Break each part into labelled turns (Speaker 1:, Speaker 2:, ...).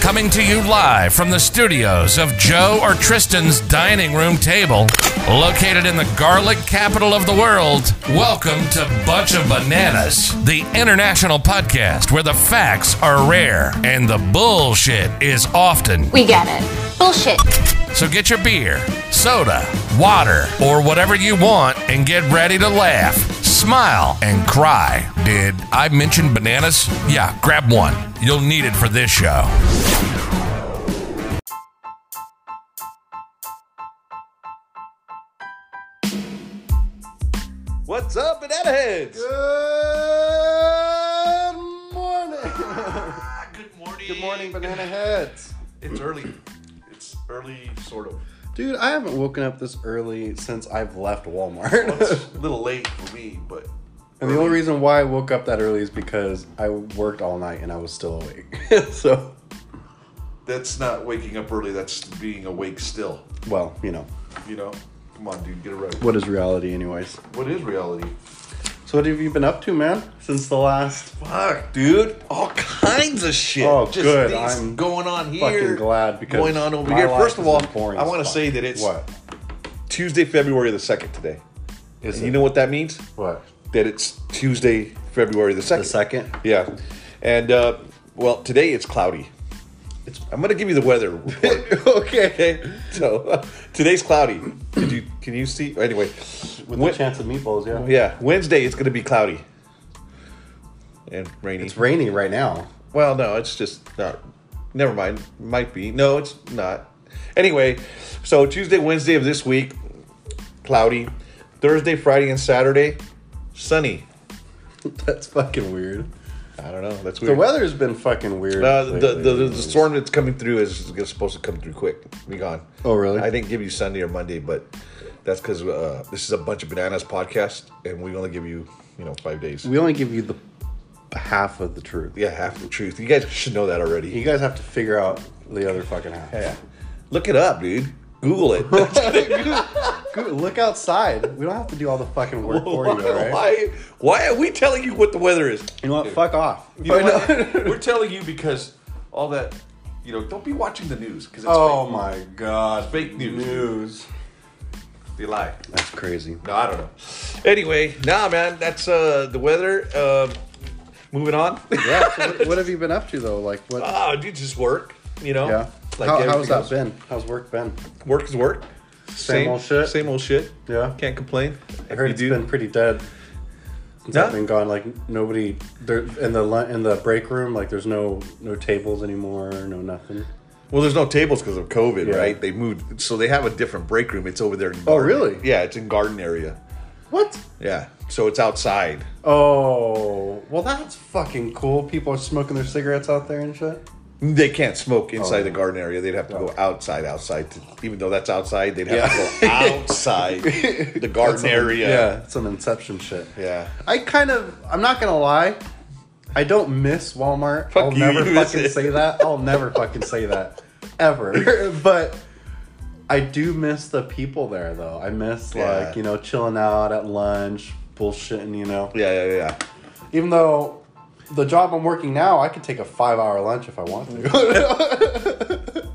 Speaker 1: coming to you live from the studios of Joe or Tristan's dining room table, located in the garlic capital of the world. Welcome to Bunch of Bananas, the international podcast where the facts are rare and the bullshit is often.
Speaker 2: We get it. Bullshit.
Speaker 1: So get your beer, soda, water, or whatever you want and get ready to laugh, smile, and cry. Did I mention bananas? Yeah, grab one. You'll need it for this show.
Speaker 3: What's up, banana heads?
Speaker 4: Good morning.
Speaker 3: Good morning.
Speaker 4: Good morning, banana heads.
Speaker 3: It's early. It's early, sort of.
Speaker 4: Dude, I haven't woken up this early since I've left Walmart.
Speaker 3: It's a little late for me, but
Speaker 4: and the only reason why I woke up that early is because I worked all night and I was still awake. so,
Speaker 3: that's not waking up early. That's being awake still.
Speaker 4: well, you know,
Speaker 3: You know? Come on, dude, get it right.
Speaker 4: what is reality, anyways?
Speaker 3: What is reality?
Speaker 4: So, what have you been up to, man, since the last?
Speaker 3: Fuck, dude. All kinds of shit.
Speaker 4: Oh,
Speaker 3: Just
Speaker 4: good.
Speaker 3: things
Speaker 4: I'm
Speaker 3: going on here.
Speaker 4: fucking glad because
Speaker 3: going on over
Speaker 4: my
Speaker 3: here.
Speaker 4: life
Speaker 3: First of
Speaker 4: has
Speaker 3: all,
Speaker 4: been boring
Speaker 3: I
Speaker 4: as
Speaker 3: want to
Speaker 4: fuck.
Speaker 3: say that it's
Speaker 4: what?
Speaker 3: Tuesday, February the second today.
Speaker 4: Is
Speaker 3: And you
Speaker 4: it?
Speaker 3: know what that means?
Speaker 4: What?
Speaker 3: That it's Tuesday, February the second.
Speaker 4: The second?
Speaker 3: Yeah. And uh, well, today it's cloudy. It's, I'm gonna give you the weather report. okay. So today's cloudy. Did you can you see? Anyway,
Speaker 4: With
Speaker 3: Wed-
Speaker 4: the chance of meatballs, yeah.
Speaker 3: yeah, Wednesday it's gonna be cloudy and rainy.
Speaker 4: It's rainy right now.
Speaker 3: well, no, it's just not. Never mind. Might be. No, it's not. Anyway, so Tuesday, Wednesday of this week, cloudy. Thursday, Friday, and Saturday, sunny.
Speaker 4: That's fucking weird.
Speaker 3: I don't know. That's
Speaker 4: The
Speaker 3: weird.
Speaker 4: weather's been fucking weird.
Speaker 3: Uh, the,
Speaker 4: lately.
Speaker 3: the, the storm that's coming through is g- supposed to come through quick. Be gone.
Speaker 4: Oh, really?
Speaker 3: I think give you Sunday or Monday, but that's because uh, this is a bunch of bananas podcast, and we only give you you know five days.
Speaker 4: We only give you the half of the truth.
Speaker 3: yeah, half the truth. You guys should know that already.
Speaker 4: You guys have to figure out the other fucking half.
Speaker 3: yeah, look it up, dude. Google it.
Speaker 4: Go- Look outside. We don't have to do all the fucking work for you, all
Speaker 3: why,
Speaker 4: right?
Speaker 3: why? Why are we telling you what the weather is? Oh,
Speaker 4: You know what? Fuck off.
Speaker 3: You know
Speaker 4: Fuck off.
Speaker 3: what? We're telling you because all that. You know, don't be watching the news because it's
Speaker 4: oh
Speaker 3: fake.
Speaker 4: my god.
Speaker 3: Fake news.
Speaker 4: News.
Speaker 3: They lie.
Speaker 4: That's crazy.
Speaker 3: No, I don't know. Anyway, nah, man, that's uh, the weather. Um moving on.
Speaker 4: Yeah. So what, what have you been up to though? Like what?
Speaker 3: oh, dude, just work. You know.
Speaker 4: yeah. How, how's
Speaker 3: everything
Speaker 4: that
Speaker 3: else.
Speaker 4: been? How's work been?
Speaker 3: Work is work. Same,
Speaker 4: old shit?
Speaker 3: Same old shit.
Speaker 4: Yeah.
Speaker 3: Can't complain.
Speaker 4: I heard
Speaker 3: you
Speaker 4: it's been pretty dead. Since
Speaker 3: Yeah.
Speaker 4: I've been gone, like nobody there in the lun- in the break room. Like there's no no tables anymore. No nothing.
Speaker 3: Well, there's no tables because of COVID,
Speaker 4: Yeah.
Speaker 3: right? They moved, so they have a different break room. It's over there. In
Speaker 4: Oh,
Speaker 3: garden.
Speaker 4: really?
Speaker 3: Yeah, it's in garden area.
Speaker 4: What?
Speaker 3: Yeah, so it's outside.
Speaker 4: Oh, well, that's fucking cool. People are smoking their cigarettes out there and shit.
Speaker 3: They can't smoke inside
Speaker 4: yeah.
Speaker 3: the garden area. They'd have to go
Speaker 4: Okay.
Speaker 3: outside, outside. To, even though that's outside, they'd have
Speaker 4: Yeah.
Speaker 3: to go outside the garden
Speaker 4: Some-
Speaker 3: area.
Speaker 4: Yeah, some inception shit.
Speaker 3: Yeah.
Speaker 4: I kind of, I'm not gonna lie, I don't miss Walmart.
Speaker 3: Fuck
Speaker 4: I'll
Speaker 3: you,
Speaker 4: never
Speaker 3: you miss
Speaker 4: fucking
Speaker 3: it.
Speaker 4: say that. I'll never fucking say that ever. but I do miss the people there, though. I miss
Speaker 3: Yeah.
Speaker 4: like you know chilling out at lunch, bullshitting. You know,
Speaker 3: Yeah, yeah, yeah.
Speaker 4: even though. The job I'm working now, I could take a five-hour lunch if I want to.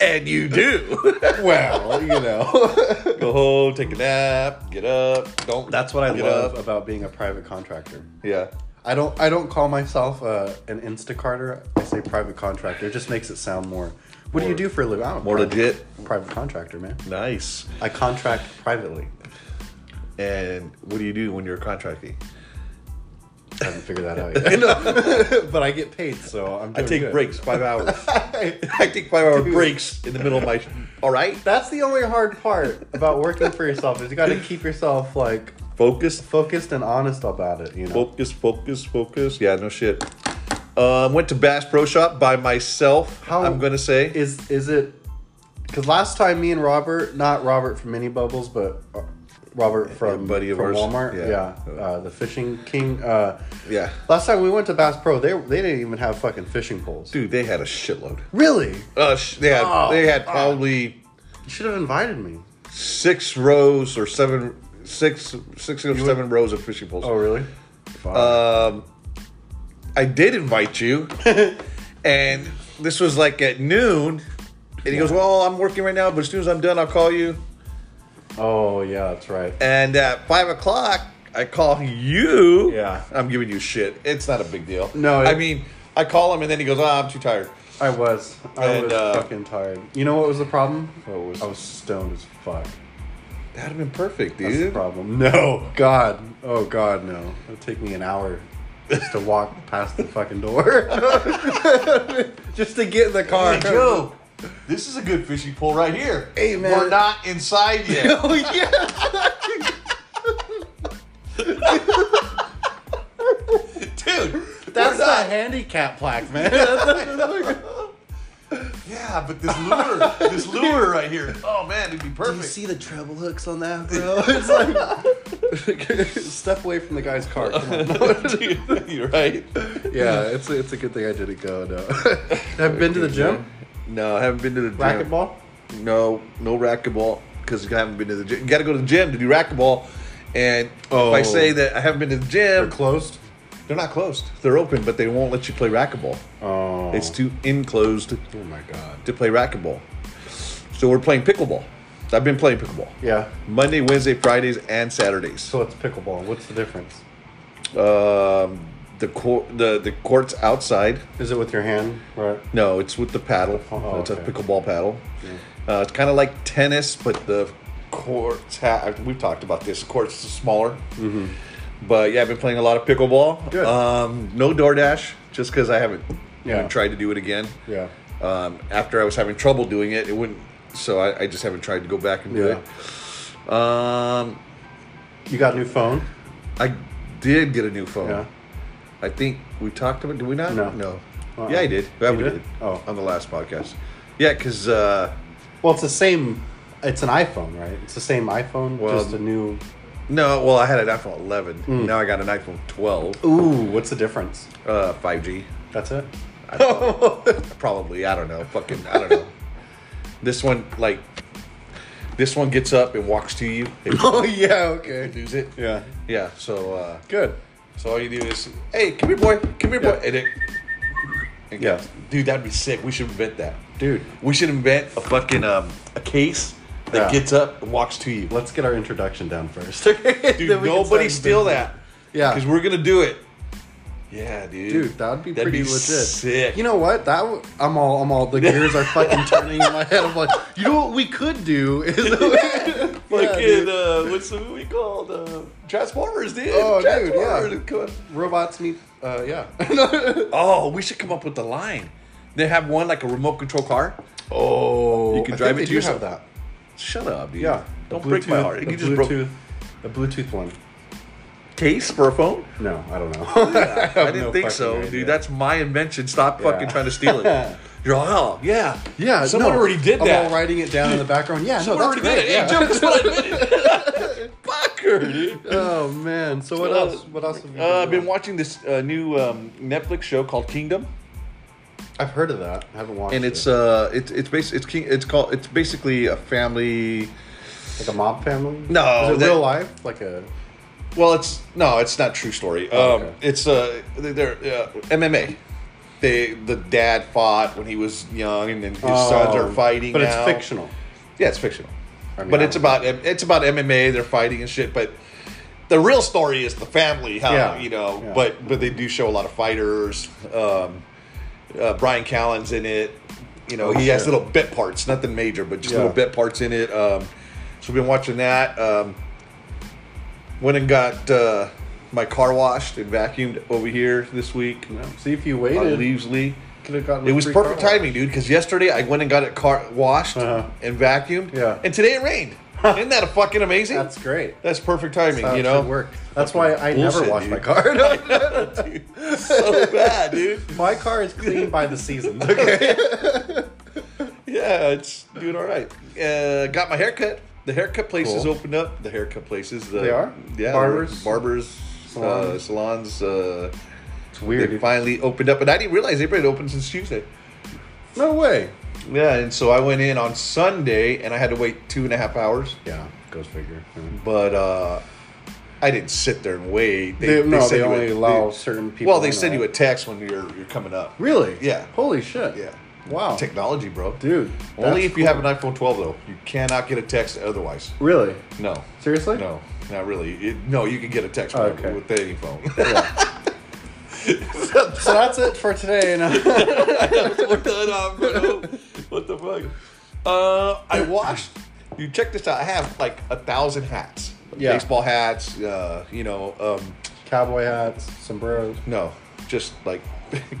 Speaker 3: And you do.
Speaker 4: well, you know.
Speaker 3: Go home, take a nap, get up. Don't.
Speaker 4: That's what I
Speaker 3: get
Speaker 4: love
Speaker 3: Up.
Speaker 4: about being a private contractor.
Speaker 3: Yeah.
Speaker 4: I don't I don't call myself uh, an Instacarter. I say private contractor. It just makes it sound more. What do you
Speaker 3: More-
Speaker 4: do for a living? I'm a
Speaker 3: more
Speaker 4: private-
Speaker 3: legit.
Speaker 4: Private contractor, man.
Speaker 3: Nice.
Speaker 4: I contract privately.
Speaker 3: And what do you do when you're contracting?
Speaker 4: I haven't figured that out yet. No. but I get paid, so I'm.
Speaker 3: I
Speaker 4: Doing
Speaker 3: take
Speaker 4: good.
Speaker 3: breaks, five hours. I take five hour
Speaker 4: Dude.
Speaker 3: breaks in the middle of my. All right.
Speaker 4: That's the only hard part about working for yourself is you got to keep yourself like
Speaker 3: Focus,
Speaker 4: focused and honest about it. You know.
Speaker 3: focus, focus, focus. Yeah, no shit. Um, went to Bass Pro Shop by myself.
Speaker 4: How-
Speaker 3: I'm gonna say
Speaker 4: Is is it? Because last time me and Robert, not Robert from Mini Bubbles, but uh, Robert from
Speaker 3: buddy of
Speaker 4: from
Speaker 3: ours.
Speaker 4: Walmart,
Speaker 3: Yeah. Oh.
Speaker 4: yeah, Uh, the fishing king. Uh,
Speaker 3: Yeah.
Speaker 4: Last time we went to Bass Pro, they they didn't even have fucking fishing poles.
Speaker 3: dude, they had a shitload.
Speaker 4: Really?
Speaker 3: Uh, sh- they had
Speaker 4: Oh,
Speaker 3: they had
Speaker 4: fuck.
Speaker 3: probably
Speaker 4: You should have invited me.
Speaker 3: six rows or seven, six, six or seven rows of fishing poles.
Speaker 4: really?
Speaker 3: Uh, I did invite you, and this was like at noon, and he goes, "Well, I'm working right now, but as soon as I'm done, I'll call you."
Speaker 4: Oh yeah, that's right.
Speaker 3: And at five o'clock, I call you.
Speaker 4: Yeah.
Speaker 3: I'm giving you shit. It's not a big deal.
Speaker 4: No,
Speaker 3: I
Speaker 4: it-
Speaker 3: mean, I call him, and then he goes, "Oh, I'm too tired."
Speaker 4: I was. I
Speaker 3: And,
Speaker 4: was
Speaker 3: uh,
Speaker 4: fucking tired. You know what was the problem?
Speaker 3: What was-
Speaker 4: I was stoned as fuck.
Speaker 3: That'd have been perfect,
Speaker 4: That's the
Speaker 3: dude.
Speaker 4: problem. No, God. Oh God, no. It'd take me an hour just to walk past the fucking door. just to get in the car.
Speaker 3: Hey, Joe, this is a good fishing pole right here.
Speaker 4: Hey, man.
Speaker 3: We're not inside yet.
Speaker 4: Oh yeah.
Speaker 3: Dude,
Speaker 4: That's
Speaker 3: we're
Speaker 4: a
Speaker 3: not-
Speaker 4: handicap plaque, man. Do
Speaker 3: Yeah, but this lure, this lure right here. Oh, man, it'd be perfect.
Speaker 4: the treble hooks on that, bro? It's like step away from the guy's car. Come on.
Speaker 3: Dude, you're right.
Speaker 4: Yeah, it's a, it's a good thing I didn't go. No, I've been to the gym.
Speaker 3: No, I haven't been to the gym.
Speaker 4: Racquetball.
Speaker 3: No, no racquetball because I haven't been to the gym. You got to go to the gym to do racquetball. And
Speaker 4: Oh.
Speaker 3: if I say that I haven't been to the gym,
Speaker 4: They're closed.
Speaker 3: they're not closed. They're open, but they won't let you play racquetball.
Speaker 4: Oh.
Speaker 3: It's too enclosed
Speaker 4: oh my god.
Speaker 3: to play racquetball. So we're playing pickleball. I've been playing pickleball.
Speaker 4: Yeah.
Speaker 3: Monday, Wednesday, Fridays, and Saturdays.
Speaker 4: So it's pickleball. What's the difference?
Speaker 3: Um, the court, the the court's outside.
Speaker 4: Is it with your hand? Right.
Speaker 3: No, it's with the paddle.
Speaker 4: Oh,
Speaker 3: it's
Speaker 4: okay.
Speaker 3: a pickleball paddle. Uh, it's kind of like tennis, but the courts. Ha- we've talked about this. Courts is smaller. Mm-hmm. But yeah, I've been playing a lot of pickleball.
Speaker 4: Good.
Speaker 3: Um, no DoorDash, just because I haven't,
Speaker 4: Yeah.
Speaker 3: haven't tried to do it again.
Speaker 4: Yeah.
Speaker 3: Um, after I was having trouble doing it, it wouldn't. So I, I just haven't tried to go back and do
Speaker 4: Yeah.
Speaker 3: it. Um,
Speaker 4: You got a new phone?
Speaker 3: I did get a new phone.
Speaker 4: Yeah.
Speaker 3: I think we talked about. Did we not?
Speaker 4: No.
Speaker 3: No.
Speaker 4: Uh-uh.
Speaker 3: Yeah, I did. Yeah,
Speaker 4: You
Speaker 3: we
Speaker 4: did?
Speaker 3: did.
Speaker 4: Oh.
Speaker 3: on the last podcast. Yeah, because uh,
Speaker 4: Well, it's the same. It's an iPhone, right? It's the same iPhone,
Speaker 3: Well,
Speaker 4: just a new.
Speaker 3: no, well, I had an iPhone 11. Now I got an iPhone 12,
Speaker 4: Hmm. Ooh, what's the difference?
Speaker 3: uh, 5G.
Speaker 4: That's it.
Speaker 3: I probably, probably. I don't know. Fucking. I don't know. This one, like, this one gets up and walks to you. If
Speaker 4: Oh yeah. Okay.
Speaker 3: you lose it.
Speaker 4: Yeah.
Speaker 3: Yeah. So. Uh,
Speaker 4: Good.
Speaker 3: So all you do is, hey, come here, boy, come here, boy,
Speaker 4: Yeah.
Speaker 3: and it, and
Speaker 4: Yeah.
Speaker 3: dude, that'd be sick. We should invent that,
Speaker 4: Dude.
Speaker 3: We should invent a fucking um a case that
Speaker 4: Yeah.
Speaker 3: gets up and walks to you.
Speaker 4: Let's get our introduction down first.
Speaker 3: Dude, nobody steal that.
Speaker 4: Yeah.
Speaker 3: because we're gonna do it. Yeah, dude.
Speaker 4: Dude, that would be
Speaker 3: That'd
Speaker 4: pretty
Speaker 3: be
Speaker 4: legit.
Speaker 3: Sick.
Speaker 4: You know what? That w- I'm all I'm all the gears are fucking turning in my head. I'm like, you know what we could do is Yeah,
Speaker 3: fucking
Speaker 4: dude.
Speaker 3: uh, what's the movie called? Uh, Transformers, dude.
Speaker 4: Oh, dude, yeah.
Speaker 3: Transformers. Come on.
Speaker 4: robots meet. Uh, yeah.
Speaker 3: Oh, we should come up with the line. They have one like a remote control car.
Speaker 4: oh,
Speaker 3: You can drive it to
Speaker 4: you
Speaker 3: yourself.
Speaker 4: have that.
Speaker 3: Shut up, dude.
Speaker 4: Yeah.
Speaker 3: Don't
Speaker 4: The
Speaker 3: break my
Speaker 4: Bluetooth-
Speaker 3: heart.
Speaker 4: the
Speaker 3: You just broke
Speaker 4: Bluetooth- the Bluetooth one.
Speaker 3: case for a phone?
Speaker 4: No, I don't know.
Speaker 3: I,
Speaker 4: have
Speaker 3: didn't
Speaker 4: no
Speaker 3: think
Speaker 4: fucking
Speaker 3: so,
Speaker 4: idea.
Speaker 3: dude. That's my invention. Stop
Speaker 4: Yeah.
Speaker 3: fucking trying to steal it. You're all, oh, yeah.
Speaker 4: yeah.
Speaker 3: Someone
Speaker 4: no,
Speaker 3: already did
Speaker 4: I'm
Speaker 3: that.
Speaker 4: all writing it down in the background. Yeah.
Speaker 3: Someone
Speaker 4: no,
Speaker 3: already did it.
Speaker 4: that's great. Yeah.
Speaker 3: Hey, Joe, guess what I did? Fucker, dude.
Speaker 4: Oh man. So what
Speaker 3: Uh,
Speaker 4: else? What else have you
Speaker 3: Uh, I've
Speaker 4: doing?
Speaker 3: been watching this uh, new um, Netflix show called Kingdom,
Speaker 4: I've heard of that. I haven't watched.
Speaker 3: and it's
Speaker 4: it.
Speaker 3: uh, it's it's basi- it's king- it's called it's basically a family.
Speaker 4: like a mob family.
Speaker 3: uh, No,
Speaker 4: Is it
Speaker 3: that-
Speaker 4: real life? Like a.
Speaker 3: Well, it's no, it's not true story. Um,
Speaker 4: Oh, okay.
Speaker 3: It's uh, they're uh, MMA. They the dad fought when he was young, and then his sons
Speaker 4: Oh,
Speaker 3: are fighting.
Speaker 4: But
Speaker 3: now.
Speaker 4: it's fictional.
Speaker 3: Yeah, it's fictional.
Speaker 4: I mean,
Speaker 3: but
Speaker 4: I
Speaker 3: it's
Speaker 4: don't-
Speaker 3: about it's about MMA. They're fighting and shit. But the real story is the family. How
Speaker 4: Yeah.
Speaker 3: you know?
Speaker 4: Yeah.
Speaker 3: But but they do show a lot of fighters. Um, uh, Brian Callen's in it. You know,
Speaker 4: Oh,
Speaker 3: he has
Speaker 4: shit.
Speaker 3: little bit parts, nothing major, but just
Speaker 4: Yeah.
Speaker 3: little bit parts in it. Um, so we've been watching that. Um, went and got uh, my car washed and vacuumed over here this week Uh,
Speaker 4: No. See if you
Speaker 3: on
Speaker 4: waited.
Speaker 3: Leavesley.
Speaker 4: Could've gotten
Speaker 3: It
Speaker 4: a
Speaker 3: was
Speaker 4: free
Speaker 3: perfect
Speaker 4: car wash.
Speaker 3: timing, dude. Because yesterday I went and got it car washed
Speaker 4: Uh-huh.
Speaker 3: and vacuumed.
Speaker 4: Yeah.
Speaker 3: And today it rained. Isn't that a fucking amazing?
Speaker 4: That's great.
Speaker 3: That's perfect timing.
Speaker 4: That's how
Speaker 3: you
Speaker 4: it
Speaker 3: know,
Speaker 4: should work. That's why I never
Speaker 3: bullshit,
Speaker 4: wash my
Speaker 3: dude.
Speaker 4: car.
Speaker 3: so bad, dude.
Speaker 4: my car is clean by the season. Okay.
Speaker 3: Yeah, it's doing all right. Uh, got my haircut. The haircut places
Speaker 4: Cool.
Speaker 3: opened up. The haircut places. The,
Speaker 4: They are?
Speaker 3: Yeah.
Speaker 4: Barbers?
Speaker 3: Barbers. Salons. Uh,
Speaker 4: Salons?
Speaker 3: salons uh,
Speaker 4: It's
Speaker 3: they
Speaker 4: weird. dude.
Speaker 3: finally opened up, and I didn't realize they've been open since Tuesday.
Speaker 4: No way.
Speaker 3: Yeah, and so I went in on Sunday, and I had to wait two and a half hours.
Speaker 4: Yeah. Goes figure.
Speaker 3: but uh, I didn't sit there and wait.
Speaker 4: They, no,
Speaker 3: send
Speaker 4: they
Speaker 3: you a-
Speaker 4: only allow
Speaker 3: they-
Speaker 4: certain people.
Speaker 3: Well, they
Speaker 4: in,
Speaker 3: send you a
Speaker 4: right?
Speaker 3: text when you're you're coming up.
Speaker 4: Really?
Speaker 3: Yeah.
Speaker 4: Holy shit.
Speaker 3: Yeah.
Speaker 4: Wow.
Speaker 3: Technology, bro.
Speaker 4: Dude.
Speaker 3: Only
Speaker 4: that's
Speaker 3: if you have
Speaker 4: cool.
Speaker 3: an iPhone 12, though. You cannot get a text otherwise.
Speaker 4: Really?
Speaker 3: No.
Speaker 4: Seriously?
Speaker 3: No, not really. It- no, you can get a text
Speaker 4: Oh,
Speaker 3: from-
Speaker 4: okay.
Speaker 3: with any phone.
Speaker 4: So that's it for today. And, uh,
Speaker 3: Look that up, bro. What the fuck? Uh, I washed. You check this out. I have like a thousand hats.
Speaker 4: Yeah.
Speaker 3: Baseball hats. Uh, you know, um,
Speaker 4: cowboy hats, sombreros.
Speaker 3: no, just like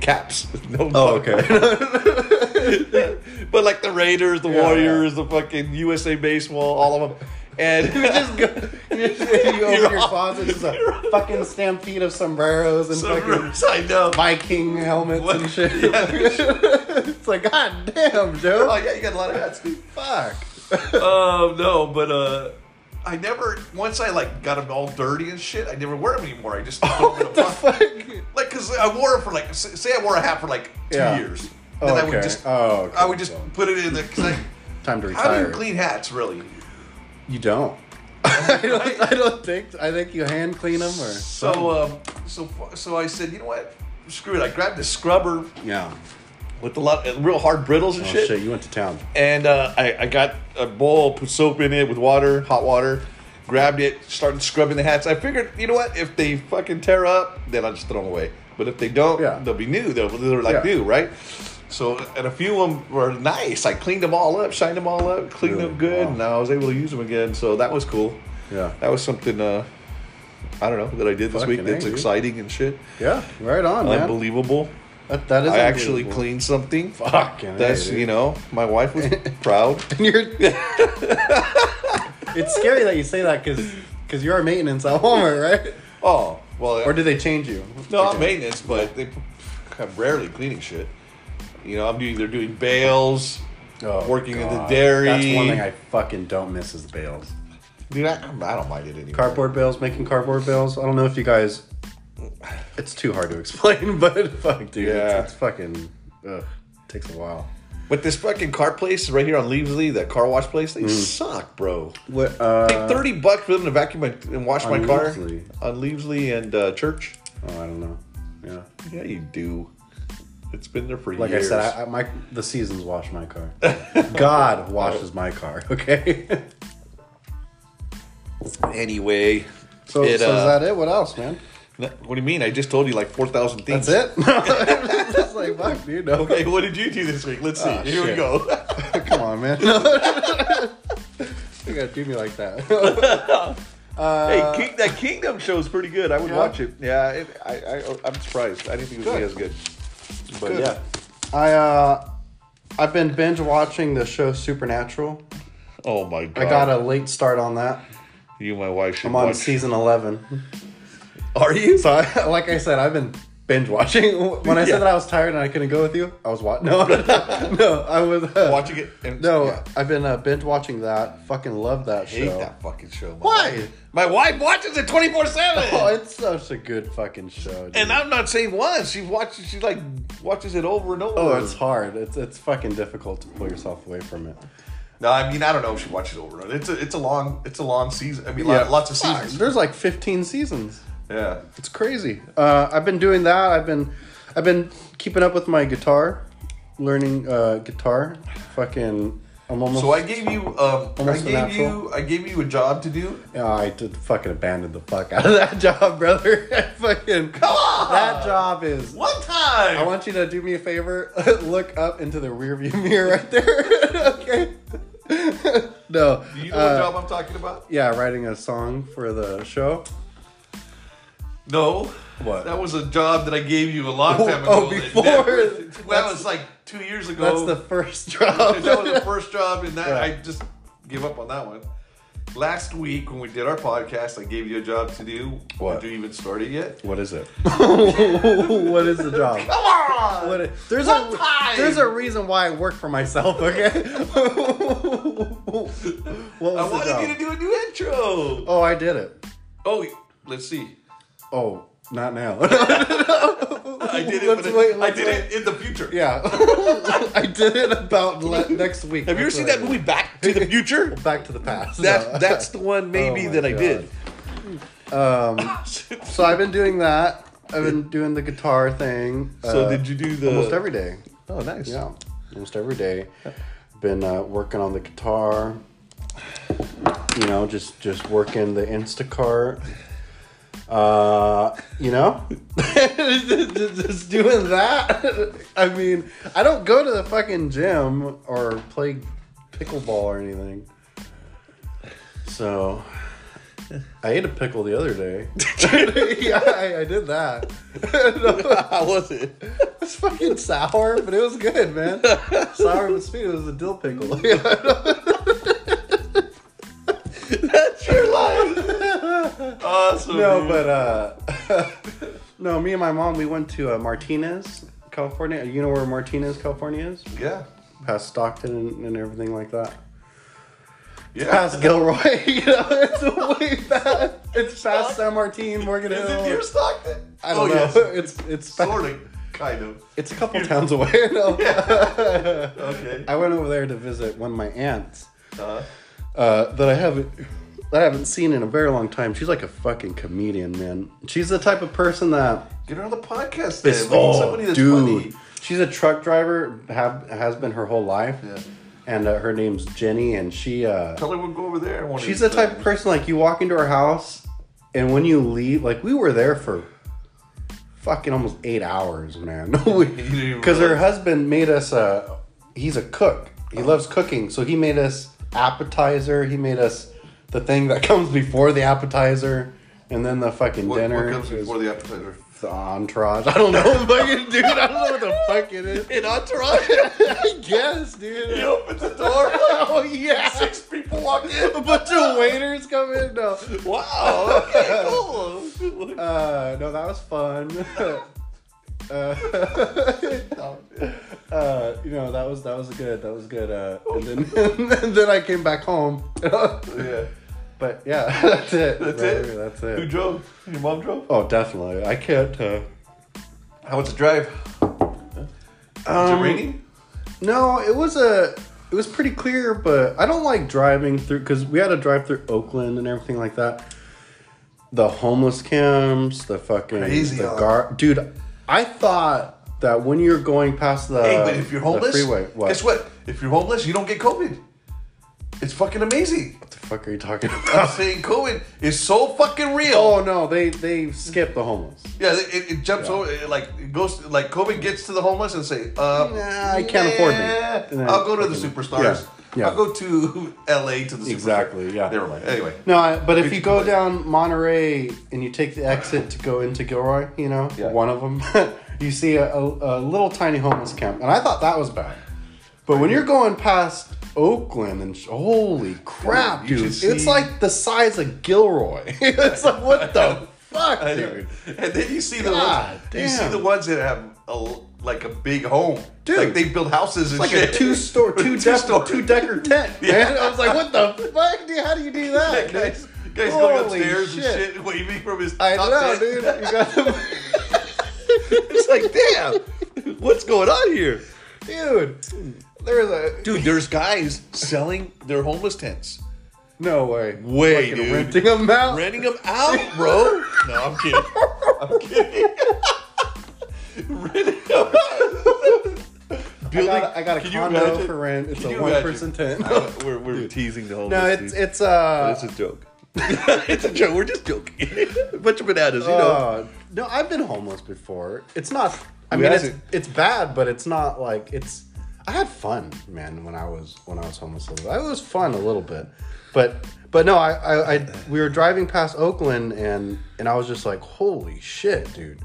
Speaker 3: caps. No.
Speaker 4: Oh, okay.
Speaker 3: But like the Raiders, the
Speaker 4: Yeah,
Speaker 3: Warriors, the fucking USA baseball, all of them, and we just go.
Speaker 4: you
Speaker 3: You're
Speaker 4: open your
Speaker 3: all-
Speaker 4: closet, it's a fucking stampede of sombreros and fucking
Speaker 3: I know.
Speaker 4: Viking helmets
Speaker 3: What?
Speaker 4: and shit.
Speaker 3: Yeah.
Speaker 4: it's like, god damn, Joe.
Speaker 3: Oh yeah, you got a lot of hats, dude.
Speaker 4: fuck.
Speaker 3: Um, no, but uh, I never. Once I like got them all dirty and shit, I never wear them anymore. I just
Speaker 4: What the fuck?
Speaker 3: like because I wore it for like s- say I wore a hat for like two
Speaker 4: Yeah.
Speaker 3: years, then
Speaker 4: Oh,
Speaker 3: I would
Speaker 4: okay.
Speaker 3: just
Speaker 4: Oh, okay.
Speaker 3: I would just
Speaker 4: So-
Speaker 3: put it in the because I
Speaker 4: Time to
Speaker 3: how do you
Speaker 4: retire.
Speaker 3: clean Oh, hats really?
Speaker 4: you don't. I don't. I don't think. I think you hand clean them or.
Speaker 3: So um so so I said you know what screw it I grabbed the scrubber
Speaker 4: Yeah.
Speaker 3: with a lot real hard brittles and
Speaker 4: Oh
Speaker 3: shit,
Speaker 4: shit. you went to town.
Speaker 3: and uh, I I got a bowl put soap in it with water hot water. Grabbed it, started scrubbing the hats. I figured, you know what? If they fucking tear up, then I'll just throw them away. But if they don't,
Speaker 4: Yeah.
Speaker 3: they'll be new. They'll, they're like
Speaker 4: Yeah.
Speaker 3: new, right? So, and a few of them were nice. I cleaned them all up, shined them all up, cleaned
Speaker 4: Really?
Speaker 3: them good,
Speaker 4: Wow.
Speaker 3: and I was able to use them again. So that was cool.
Speaker 4: Yeah.
Speaker 3: That was something, uh, I don't know, that I did this week
Speaker 4: Fucking
Speaker 3: that's
Speaker 4: A, dude.
Speaker 3: exciting and shit.
Speaker 4: Yeah. Right on, man.
Speaker 3: Unbelievable.
Speaker 4: That, that is.
Speaker 3: I actually
Speaker 4: unbelievable.
Speaker 3: cleaned something.
Speaker 4: Fucking A,
Speaker 3: That's,
Speaker 4: dude.
Speaker 3: you know, my wife was proud.
Speaker 4: And you're. it's scary that you say that because because you're our maintenance at Walmart, right?
Speaker 3: Oh, well,
Speaker 4: Or did they change you?
Speaker 3: No,
Speaker 4: Okay.
Speaker 3: I'm maintenance, but they, I'm rarely cleaning shit. You know, I'm either doing bales,
Speaker 4: Oh,
Speaker 3: working in the
Speaker 4: God.
Speaker 3: dairy.
Speaker 4: That's one thing I fucking don't miss is bales.
Speaker 3: Dude, I, I'm- I don't mind it anymore.
Speaker 4: Cardboard bales, making cardboard bales. I don't know if you guys. It's too hard to explain, but fuck, dude,
Speaker 3: Yeah.
Speaker 4: it's, it's fucking. Ugh, takes a while.
Speaker 3: But this fucking car place right here on Leavesley, that car wash place, they suck, bro.
Speaker 4: What? Mm. Uh,
Speaker 3: Pay thirty bucks for them to vacuum my, and wash my
Speaker 4: on
Speaker 3: car
Speaker 4: Leavesley.
Speaker 3: on Leavesley and uh, Church.
Speaker 4: oh, I don't know. Yeah,
Speaker 3: Yeah, you do. It's been there for
Speaker 4: like
Speaker 3: years.
Speaker 4: I said, I, I, my the seasons wash my car. God washes my car. Okay.
Speaker 3: anyway,
Speaker 4: so
Speaker 3: It,
Speaker 4: so
Speaker 3: uh,
Speaker 4: is that it? What else, man?
Speaker 3: no, what do you mean? I just told you like four thousand things.
Speaker 4: That's it. It's like fuck, dude. No.
Speaker 3: Okay, what did you do this week? Let's see.
Speaker 4: Ah,
Speaker 3: here we
Speaker 4: shit.
Speaker 3: go.
Speaker 4: Come on, man. you gotta do me like that.
Speaker 3: Hey, King, that Kingdom show is pretty good. I would
Speaker 4: Uh, Yeah?
Speaker 3: watch it. Yeah, it, I, I, I'm surprised. I didn't think it was
Speaker 4: Good.
Speaker 3: as good. But
Speaker 4: Good.
Speaker 3: yeah.
Speaker 4: I uh, I've been binge watching the show Supernatural.
Speaker 3: Oh my god.
Speaker 4: I got a late start on that.
Speaker 3: You, and my wife, should
Speaker 4: I'm on
Speaker 3: watch.
Speaker 4: season 11.
Speaker 3: Are you?
Speaker 4: So, I, like I said, I've been binge watching. When I
Speaker 3: Yeah.
Speaker 4: said that I was tired and I couldn't go with you, I was watching. No, no, I was uh,
Speaker 3: watching it? And,
Speaker 4: No,
Speaker 3: yeah,
Speaker 4: I've been uh, binge watching that. Fucking love that
Speaker 3: I hate
Speaker 4: show.
Speaker 3: that fucking show. My
Speaker 4: Why?
Speaker 3: wife- My wife watches it 24
Speaker 4: Oh,
Speaker 3: 7.
Speaker 4: it's such a good fucking show. dude.
Speaker 3: And I'm not saying once. She watches, she like watches it over and over.
Speaker 4: oh, it's hard. It's it's fucking difficult to pull yourself away from it.
Speaker 3: No, I mean, I don't know if she watches it over and over. It's a, it's a long, it's a long season. I mean, lot- lots of
Speaker 4: Fuck,
Speaker 3: seasons.
Speaker 4: There's like 15 seasons.
Speaker 3: Yeah.
Speaker 4: It's crazy. Uh, I've been doing that. I've been, I've been keeping up with my guitar, learning uh, guitar. Fucking, I'm almost.
Speaker 3: So I gave you, um, I
Speaker 4: Almost
Speaker 3: gave
Speaker 4: natural.
Speaker 3: you, I gave you a job to do.
Speaker 4: Yeah, I did fucking abandoned the fuck out of that job, brother. I fucking come
Speaker 3: on!
Speaker 4: That job is.
Speaker 3: One time.
Speaker 4: I want you to do me a favor. Look up into the rearview mirror right there. okay. no.
Speaker 3: Do you know
Speaker 4: uh,
Speaker 3: what job I'm talking about?
Speaker 4: yeah, writing a song for the show.
Speaker 3: No.
Speaker 4: What?
Speaker 3: That was a job that I gave you a long
Speaker 4: Oh,
Speaker 3: time ago.
Speaker 4: oh,
Speaker 3: that-
Speaker 4: before.
Speaker 3: That, that
Speaker 4: That's-
Speaker 3: was like two years
Speaker 4: That's
Speaker 3: ago.
Speaker 4: the first job.
Speaker 3: that was the first job, and that
Speaker 4: Yeah.
Speaker 3: I just give up on that one. Last week when we did our podcast, I gave you a job to do.
Speaker 4: What?
Speaker 3: Did you even start it yet?
Speaker 4: What is it? what is the job?
Speaker 3: Come on!
Speaker 4: What it- there's
Speaker 3: One
Speaker 4: a
Speaker 3: time!
Speaker 4: there's a reason why I work for myself. Okay. what was
Speaker 3: I
Speaker 4: the
Speaker 3: wanted
Speaker 4: job?
Speaker 3: you to do a new intro.
Speaker 4: oh, I did it.
Speaker 3: Oh, let's see.
Speaker 4: Oh, not now.
Speaker 3: I did it.
Speaker 4: Let's
Speaker 3: but
Speaker 4: wait,
Speaker 3: I
Speaker 4: let's
Speaker 3: did
Speaker 4: wait.
Speaker 3: it in the future.
Speaker 4: yeah, I did it about le- next week.
Speaker 3: Have you ever
Speaker 4: That's
Speaker 3: seen
Speaker 4: what I
Speaker 3: that
Speaker 4: did.
Speaker 3: movie Back to the Future?
Speaker 4: Back to the Past. No. Oh
Speaker 3: That, that's the one maybe
Speaker 4: my
Speaker 3: that I
Speaker 4: God. Um,
Speaker 3: did.
Speaker 4: so I've been doing that. I've been doing the guitar thing.
Speaker 3: So
Speaker 4: uh,
Speaker 3: did you do the
Speaker 4: almost every day?
Speaker 3: Oh, nice.
Speaker 4: Yeah. almost every day. Been uh, working on the guitar. You know, just just working the Instacart. Uh, you know, just, just- just doing that. I mean, I don't go to the fucking gym or play pickleball or anything. So, I ate a pickle the other day. yeah, I, I did that.
Speaker 3: How was it?
Speaker 4: It's fucking sour, but it was good, man. sour but sweet. It was a dill pickle.
Speaker 3: That's your life. awesome.
Speaker 4: no,
Speaker 3: dude.
Speaker 4: but uh, no. Me and my mom, we went to uh, Martinez, California. You know where Martinez, California is?
Speaker 3: yeah,
Speaker 4: Past Stockton and, and everything like that.
Speaker 3: yeah.
Speaker 4: Past Gilroy, you know, it's way past. It's past San Martin, Morgan
Speaker 3: Is
Speaker 4: Hill.
Speaker 3: it near Oh, Stockton?
Speaker 4: I don't know. It's it's past,
Speaker 3: sort of, kind of.
Speaker 4: it's a couple towns away. You know?
Speaker 3: Okay.
Speaker 4: I went over there to visit one of my aunts.
Speaker 3: Uh,
Speaker 4: uh, that I haven't that I haven't seen in a very long time. She's like a fucking comedian, man. She's the type of person that oh,
Speaker 3: get her on the podcast. Then. We need somebody that's funny.
Speaker 4: She's a truck driver, have has been her whole life,
Speaker 3: Yeah.
Speaker 4: and uh, her name's Jenny, and she uh,
Speaker 3: Tell her we'll go over there. one of
Speaker 4: she's
Speaker 3: these
Speaker 4: the type of
Speaker 3: days.
Speaker 4: person like you walk into her house, and when you leave, like we were there for fucking almost eight hours, man.
Speaker 3: even
Speaker 4: Because her
Speaker 3: realize. Oh.
Speaker 4: husband made us uh he's a cook. He loves cooking, so he made us appetizer. He made us the thing that comes before the appetizer, and then the fucking
Speaker 3: What,
Speaker 4: dinner.
Speaker 3: what comes
Speaker 4: It was
Speaker 3: before the appetizer?
Speaker 4: the entourage. I don't know, fucking dude. I don't know what the fuck it is.
Speaker 3: An entourage.
Speaker 4: I guess, dude.
Speaker 3: he opens the door.
Speaker 4: Oh yeah.
Speaker 3: Six people walk in.
Speaker 4: A bunch of waiters come in. No.
Speaker 3: Wow. Okay. Cool.
Speaker 4: Uh, no, that was fun. uh, uh, you know, that was that was good. That was good. Uh, and then and then I came back home.
Speaker 3: yeah.
Speaker 4: but yeah, that's it.
Speaker 3: That's
Speaker 4: bro.
Speaker 3: it?
Speaker 4: That's
Speaker 3: Who
Speaker 4: it.
Speaker 3: drove? Your mom drove.
Speaker 4: Oh, definitely. I can't. Uh,
Speaker 3: How was the drive? Was it
Speaker 4: um,
Speaker 3: raining?
Speaker 4: No, it was a. It was pretty clear, but I don't like driving through because we had to drive through Oakland and everything like that. The homeless camps, the fucking
Speaker 3: Crazy,
Speaker 4: the
Speaker 3: huh?
Speaker 4: gar- dude. I thought that when you're going past the
Speaker 3: Hey, but if you're
Speaker 4: uh, the
Speaker 3: homeless,
Speaker 4: freeway, what,
Speaker 3: guess what? If you're homeless, you don't get COVID. It's fucking amazing.
Speaker 4: the fuck are you talking
Speaker 3: I'm
Speaker 4: about?
Speaker 3: saying COVID is so fucking real.
Speaker 4: oh no, they they skip the homeless.
Speaker 3: Yeah, it, it jumps over. It like it goes like COVID gets to the homeless and say, uh,
Speaker 4: Nah, I can't afford me.
Speaker 3: nah,
Speaker 4: And then
Speaker 3: I'll go to the
Speaker 4: fucking-
Speaker 3: superstars.
Speaker 4: yeah, yeah.
Speaker 3: I'll go to L.A. to the
Speaker 4: Exactly,
Speaker 3: Superstars.
Speaker 4: yeah.
Speaker 3: Never mind. Anyway.
Speaker 4: No, I, but if
Speaker 3: It's
Speaker 4: you go
Speaker 3: like-
Speaker 4: down Monterey and you take the exit to go into Gilroy, you know,
Speaker 3: Yeah.
Speaker 4: one of them, you see a, a, a little tiny homeless camp. And I thought that was bad. But when you're going past Oakland and sh- holy crap,
Speaker 3: Dude, you
Speaker 4: dude,
Speaker 3: should
Speaker 4: it's
Speaker 3: see-
Speaker 4: like the size of Gilroy. it's like, what the fuck,
Speaker 3: I know.
Speaker 4: dude?
Speaker 3: And then you see the
Speaker 4: God
Speaker 3: ones, you see
Speaker 4: damn.
Speaker 3: the ones that have a, like a big home.
Speaker 4: Dude.
Speaker 3: like they build houses and
Speaker 4: Like
Speaker 3: shit.
Speaker 4: a two store, two,
Speaker 3: Two
Speaker 4: deck,
Speaker 3: store.
Speaker 4: two decker tent.
Speaker 3: Yeah.
Speaker 4: Man. I was like, what the fuck, dude? How do you do
Speaker 3: Yeah,
Speaker 4: that?
Speaker 3: guys, guys
Speaker 4: Holy
Speaker 3: going upstairs
Speaker 4: shit.
Speaker 3: and shit, waving from his.
Speaker 4: I
Speaker 3: top
Speaker 4: know,
Speaker 3: tent.
Speaker 4: dude. You got the.
Speaker 3: It's like, damn, what's going on here?
Speaker 4: Dude, there's a
Speaker 3: Dude, there's guys selling their homeless tents,
Speaker 4: no way.
Speaker 3: Way,
Speaker 4: Fucking
Speaker 3: dude.
Speaker 4: renting them out.
Speaker 3: renting them out, bro. No, I'm kidding. I'm kidding. renting them out.
Speaker 4: I
Speaker 3: Building,
Speaker 4: got, I got a
Speaker 3: can you
Speaker 4: condo
Speaker 3: imagine?
Speaker 4: for rent. It's
Speaker 3: Can
Speaker 4: a
Speaker 3: you
Speaker 4: one
Speaker 3: imagine?
Speaker 4: person tent.
Speaker 3: I don't- We're, we're teasing the homeless.
Speaker 4: no, it's
Speaker 3: dude.
Speaker 4: it's uh.
Speaker 3: It's a joke. it's a joke. We're just joking. a bunch of bananas, you know.
Speaker 4: uh, no, I've been homeless before. It's not. I
Speaker 3: Who
Speaker 4: mean, it's
Speaker 3: hasn't?
Speaker 4: it's bad, but it's not like it's. I had fun, man, when I was when I was homeless. A little. I was fun a little bit, but but no, I, I I we were driving past Oakland and and I was just like, holy shit, dude.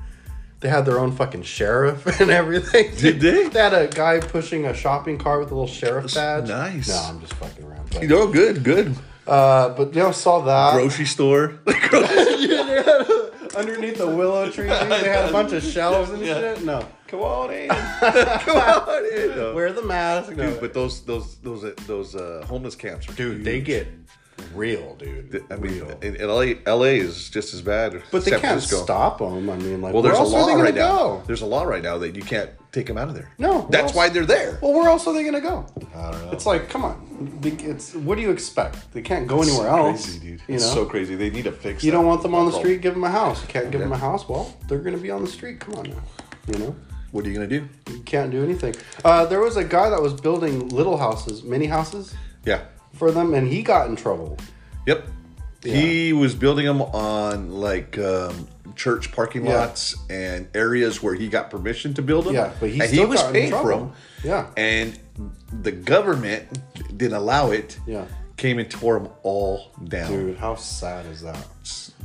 Speaker 4: They had their own fucking sheriff and everything.
Speaker 3: Did they?
Speaker 4: They had a guy pushing a shopping cart with a little sheriff badge.
Speaker 3: nice.
Speaker 4: No, I'm just fucking around. But,
Speaker 3: No, good, good.
Speaker 4: uh, but you know, saw that
Speaker 3: Grocery store.
Speaker 4: underneath the willow tree. They had a bunch of shelves and shit. No.
Speaker 3: Come on in. Come on in. No.
Speaker 4: Wear the mask. No.
Speaker 3: Dude, but those those those uh, those uh, homeless camps are
Speaker 4: dude, they get real, dude.
Speaker 3: I mean,
Speaker 4: real.
Speaker 3: in, in LA, LA is just as bad.
Speaker 4: but they
Speaker 3: San
Speaker 4: can't
Speaker 3: Francisco.
Speaker 4: stop them. I mean, like,
Speaker 3: Well, there's
Speaker 4: where
Speaker 3: a
Speaker 4: else are
Speaker 3: law
Speaker 4: they gonna
Speaker 3: right
Speaker 4: go?
Speaker 3: now. There's a law right now that you can't take them out of there.
Speaker 4: No, where
Speaker 3: that's
Speaker 4: else-
Speaker 3: why they're there.
Speaker 4: Well, where else are they gonna go?
Speaker 3: I don't know.
Speaker 4: It's like, come on. They- It's what do you expect? They can't go anywhere else.
Speaker 3: Crazy, dude.
Speaker 4: You know,
Speaker 3: It's so crazy. They need to fix.
Speaker 4: you
Speaker 3: that.
Speaker 4: don't want them on the
Speaker 3: Well,
Speaker 4: street. Give them a house. You can't give
Speaker 3: Yeah.
Speaker 4: them a house. Well, they're gonna be on the street. Come on now. You know.
Speaker 3: What are you gonna do?
Speaker 4: You can't do anything. Uh, there was a guy that was building little houses, mini houses
Speaker 3: Yeah.
Speaker 4: for them, and he got in trouble.
Speaker 3: Yep. He was building them on like um, church parking
Speaker 4: Yeah.
Speaker 3: lots and areas where he got permission to build them.
Speaker 4: Yeah, but he
Speaker 3: and
Speaker 4: still
Speaker 3: he was
Speaker 4: got in
Speaker 3: paying for
Speaker 4: trouble.
Speaker 3: them.
Speaker 4: Yeah.
Speaker 3: and the government didn't allow it.
Speaker 4: Yeah.
Speaker 3: came and tore them all down. Dude,
Speaker 4: Dude, how sad is that?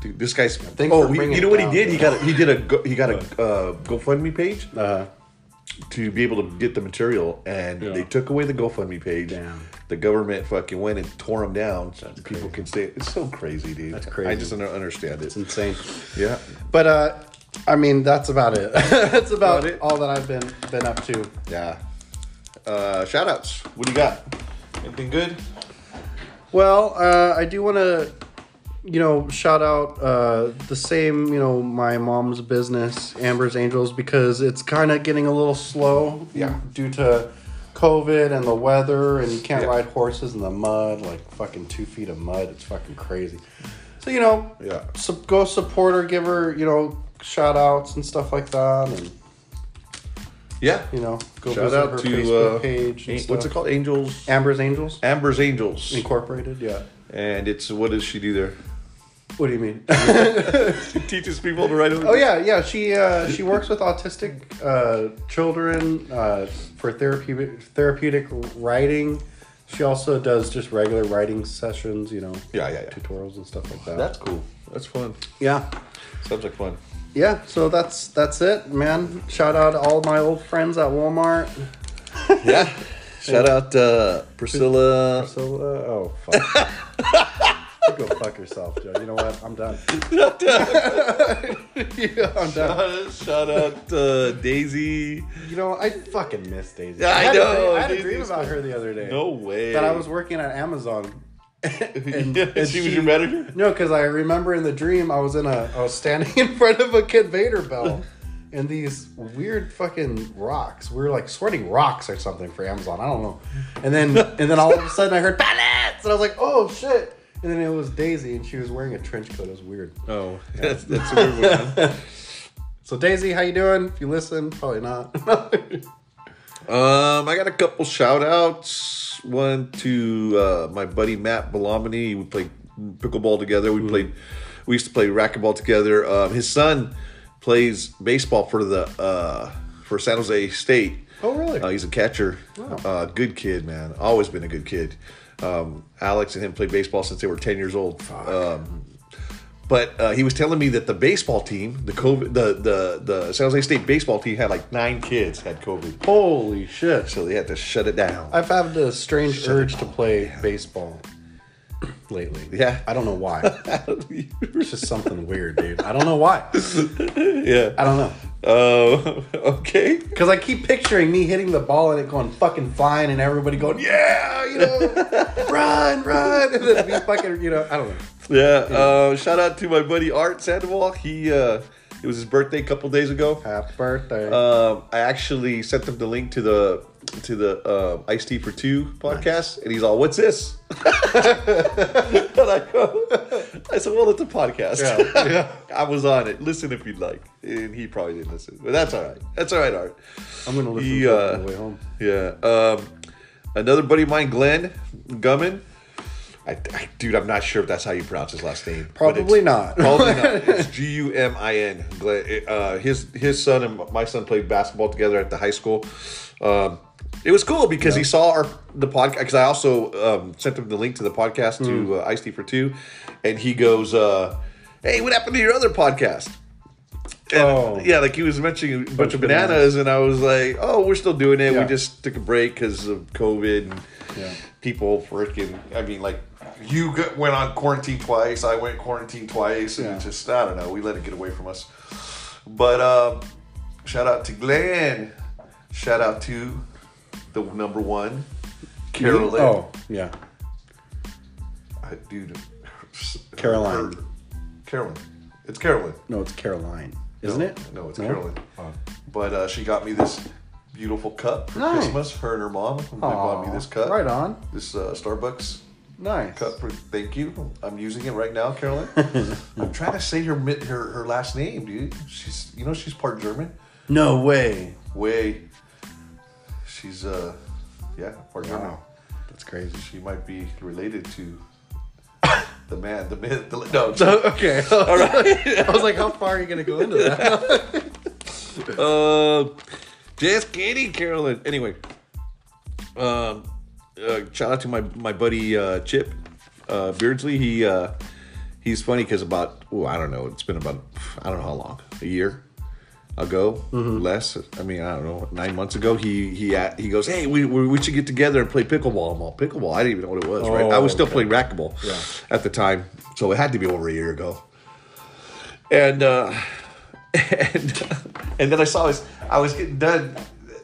Speaker 3: this guy's.
Speaker 4: Thanks
Speaker 3: oh,
Speaker 4: for
Speaker 3: he-
Speaker 4: bringing
Speaker 3: you know
Speaker 4: it
Speaker 3: what
Speaker 4: down,
Speaker 3: he did? He
Speaker 4: bro.
Speaker 3: got a, he did a go, he got a uh, GoFundMe page
Speaker 4: Uh,
Speaker 3: to be able to get the material, and
Speaker 4: Yeah.
Speaker 3: they took away the GoFundMe page.
Speaker 4: Damn.
Speaker 3: The government fucking went and tore them down. so People
Speaker 4: crazy.
Speaker 3: can say it's so crazy, dude. That's I
Speaker 4: crazy.
Speaker 3: just don't understand it.
Speaker 4: it's insane.
Speaker 3: Yeah.
Speaker 4: But uh, I mean, that's about it. that's about
Speaker 3: About it?
Speaker 4: all that I've been been up to.
Speaker 3: Yeah. Uh, shout outs. What do you got? Anything good?
Speaker 4: Well, uh, I do want to, you know, shout out uh, the same, you know, my mom's business, Amber's Angels, because it's kind of getting a little slow.
Speaker 3: Yeah.
Speaker 4: Due to COVID and the weather, and you can't
Speaker 3: Yeah.
Speaker 4: ride horses in the mud, like fucking two feet of mud. It's fucking crazy. So you know,
Speaker 3: Yeah.
Speaker 4: sup- go support her, give her, you know, shout outs and stuff like that, and
Speaker 3: Yeah.
Speaker 4: you know, go
Speaker 3: shout
Speaker 4: visit
Speaker 3: out
Speaker 4: her
Speaker 3: to
Speaker 4: Facebook
Speaker 3: uh,
Speaker 4: page. and
Speaker 3: An- what's it
Speaker 4: stuff.
Speaker 3: called? Angels.
Speaker 4: Amber's Angels
Speaker 3: Amber's Angels.
Speaker 4: Incorporated. Yeah.
Speaker 3: And it's what does she do there?
Speaker 4: What do you mean?
Speaker 3: She teaches people to write.
Speaker 4: Oh yeah, yeah. She uh, she works with autistic uh, children uh, for therapeutic therapeutic writing. She also does just regular writing sessions, you know.
Speaker 3: Yeah, yeah, yeah.
Speaker 4: Tutorials and stuff like that.
Speaker 3: That's cool. That's fun.
Speaker 4: yeah,
Speaker 3: Sounds like fun.
Speaker 4: yeah. So that's that's it, man. Shout out to all my old friends at Walmart.
Speaker 3: Yeah. Shout out uh, Priscilla.
Speaker 4: So uh, oh fuck. You Go fuck yourself, Joe. You know what? I'm done. yeah, I'm done.
Speaker 3: Shout out uh, Daisy.
Speaker 4: You know, I fucking miss Daisy.
Speaker 3: Yeah, I
Speaker 4: had a
Speaker 3: know,
Speaker 4: dream- I had a
Speaker 3: Daisy
Speaker 4: dream
Speaker 3: was
Speaker 4: about her the other day.
Speaker 3: No way.
Speaker 4: that I was working at Amazon. and-
Speaker 3: Yeah,
Speaker 4: and
Speaker 3: she was
Speaker 4: she-
Speaker 3: your manager.
Speaker 4: No, because I remember in the dream I was in a I was standing in front of a conveyor belt and these weird fucking rocks. We were like sorting rocks or something for Amazon. I don't know. And then and then all of a sudden I heard pallets and I was like, oh shit. And then it was Daisy and she was wearing a trench coat. It was weird.
Speaker 3: Oh, that's, that's a weird one. man.
Speaker 4: So Daisy, how you doing? If you listen, probably not.
Speaker 3: um, I got a couple shout outs. One to uh, my buddy Matt Belomini. We played pickleball together. We played. We used to play racquetball together. Um, his son plays baseball for the uh, for San Jose State.
Speaker 4: Oh, really?
Speaker 3: Uh, he's a catcher.
Speaker 4: Wow.
Speaker 3: Uh, good kid, man. Always been a good kid. Um, Alex and him played baseball since they were ten years old. Um, but uh, he was telling me that the baseball team, the COVID, the the the San Jose State baseball team had like nine kids had COVID,
Speaker 4: Holy shit.
Speaker 3: so they had to shut it down.
Speaker 4: I've had a strange urge to play baseball lately.
Speaker 3: Yeah.
Speaker 4: I don't know why. It's just something weird, dude. I don't know why.
Speaker 3: yeah.
Speaker 4: I don't know.
Speaker 3: Uh, okay.
Speaker 4: Because I keep picturing me hitting the ball and it going fucking flying and everybody going, yeah, you know, run, run. And then me fucking, you know, I don't know.
Speaker 3: Yeah. Uh, shout out to my buddy Art Sandoval. He uh, it was his birthday a couple days ago.
Speaker 4: Happy birthday.
Speaker 3: Um, I actually sent him the link to the to the uh, Ice Tea for Two podcast, and he's all, "What's this?" and I go, "I said, well, it's a podcast.
Speaker 4: Yeah, yeah.
Speaker 3: I was on it. Listen if you'd like." And he probably didn't listen, but that's all right. That's all right, Art.
Speaker 4: I'm going to listen
Speaker 3: he,
Speaker 4: to it
Speaker 3: uh,
Speaker 4: on the way home.
Speaker 3: Yeah. Um, another buddy of mine, Glenn Gumman. I, I, dude, I'm not sure if that's how you pronounce his last name. but it's-
Speaker 4: Probably not.
Speaker 3: Probably not. It's G U M I N. Glenn. Uh, his his son and my son played basketball together at the high school. Um, it was cool because he saw our the podcast because I also um, sent him the link to the podcast to
Speaker 4: Mm.
Speaker 3: uh, Ice Tea for Two, and he goes, uh, "Hey, what happened to your other podcast?" And,
Speaker 4: Oh.
Speaker 3: Yeah, like he was mentioning a bunch, of
Speaker 4: bananas.
Speaker 3: bananas, and I was like, "Oh, we're still doing it.
Speaker 4: Yeah.
Speaker 3: We just took a break because of COVID." And,
Speaker 4: Yeah.
Speaker 3: people freaking i mean like you go- went on quarantine twice i went quarantine twice and
Speaker 4: Yeah.
Speaker 3: it just i don't know we let it get away from us but um shout out to glenn shout out to the number one carolyn
Speaker 4: Oh, yeah.
Speaker 3: I- dude
Speaker 4: Caroline.
Speaker 3: her- carolyn it's carolyn
Speaker 4: No, it's Caroline. Isn't
Speaker 3: No,
Speaker 4: it?
Speaker 3: no it's carolyn but uh, she got me this beautiful cup for
Speaker 4: Nice.
Speaker 3: christmas her and her mom they bought me
Speaker 4: Aw,
Speaker 3: this cup
Speaker 4: Right on.
Speaker 3: this uh, starbucks
Speaker 4: Nice.
Speaker 3: Cup for- Thank you. I'm using it right now, Carolyn. I'm trying to say her mi- her her last name, dude. She's you know she's part German.
Speaker 4: No way.
Speaker 3: way. She's uh, yeah, partner now.
Speaker 4: That's crazy.
Speaker 3: She might be related to the man, the myth. The, no,
Speaker 4: okay. All right. I was like, how far are you going to go into that?
Speaker 3: Uh, just kidding, Carolyn. Anyway, um, uh, shout out to my my buddy uh, Chip uh, Beardsley. He uh, he's funny because about oh I don't know it's been about I don't know how long a year ago
Speaker 4: Mm-hmm.
Speaker 3: less I mean I don't know nine months ago he he a- he goes hey we, we we should get together and play pickleball. I'm all pickleball. I didn't even know what it was. right, I was still
Speaker 4: Oh, okay.
Speaker 3: playing racquetball
Speaker 4: Yeah.
Speaker 3: at the time, so it had to be over a year ago. And uh, and and then I saw his. I was getting done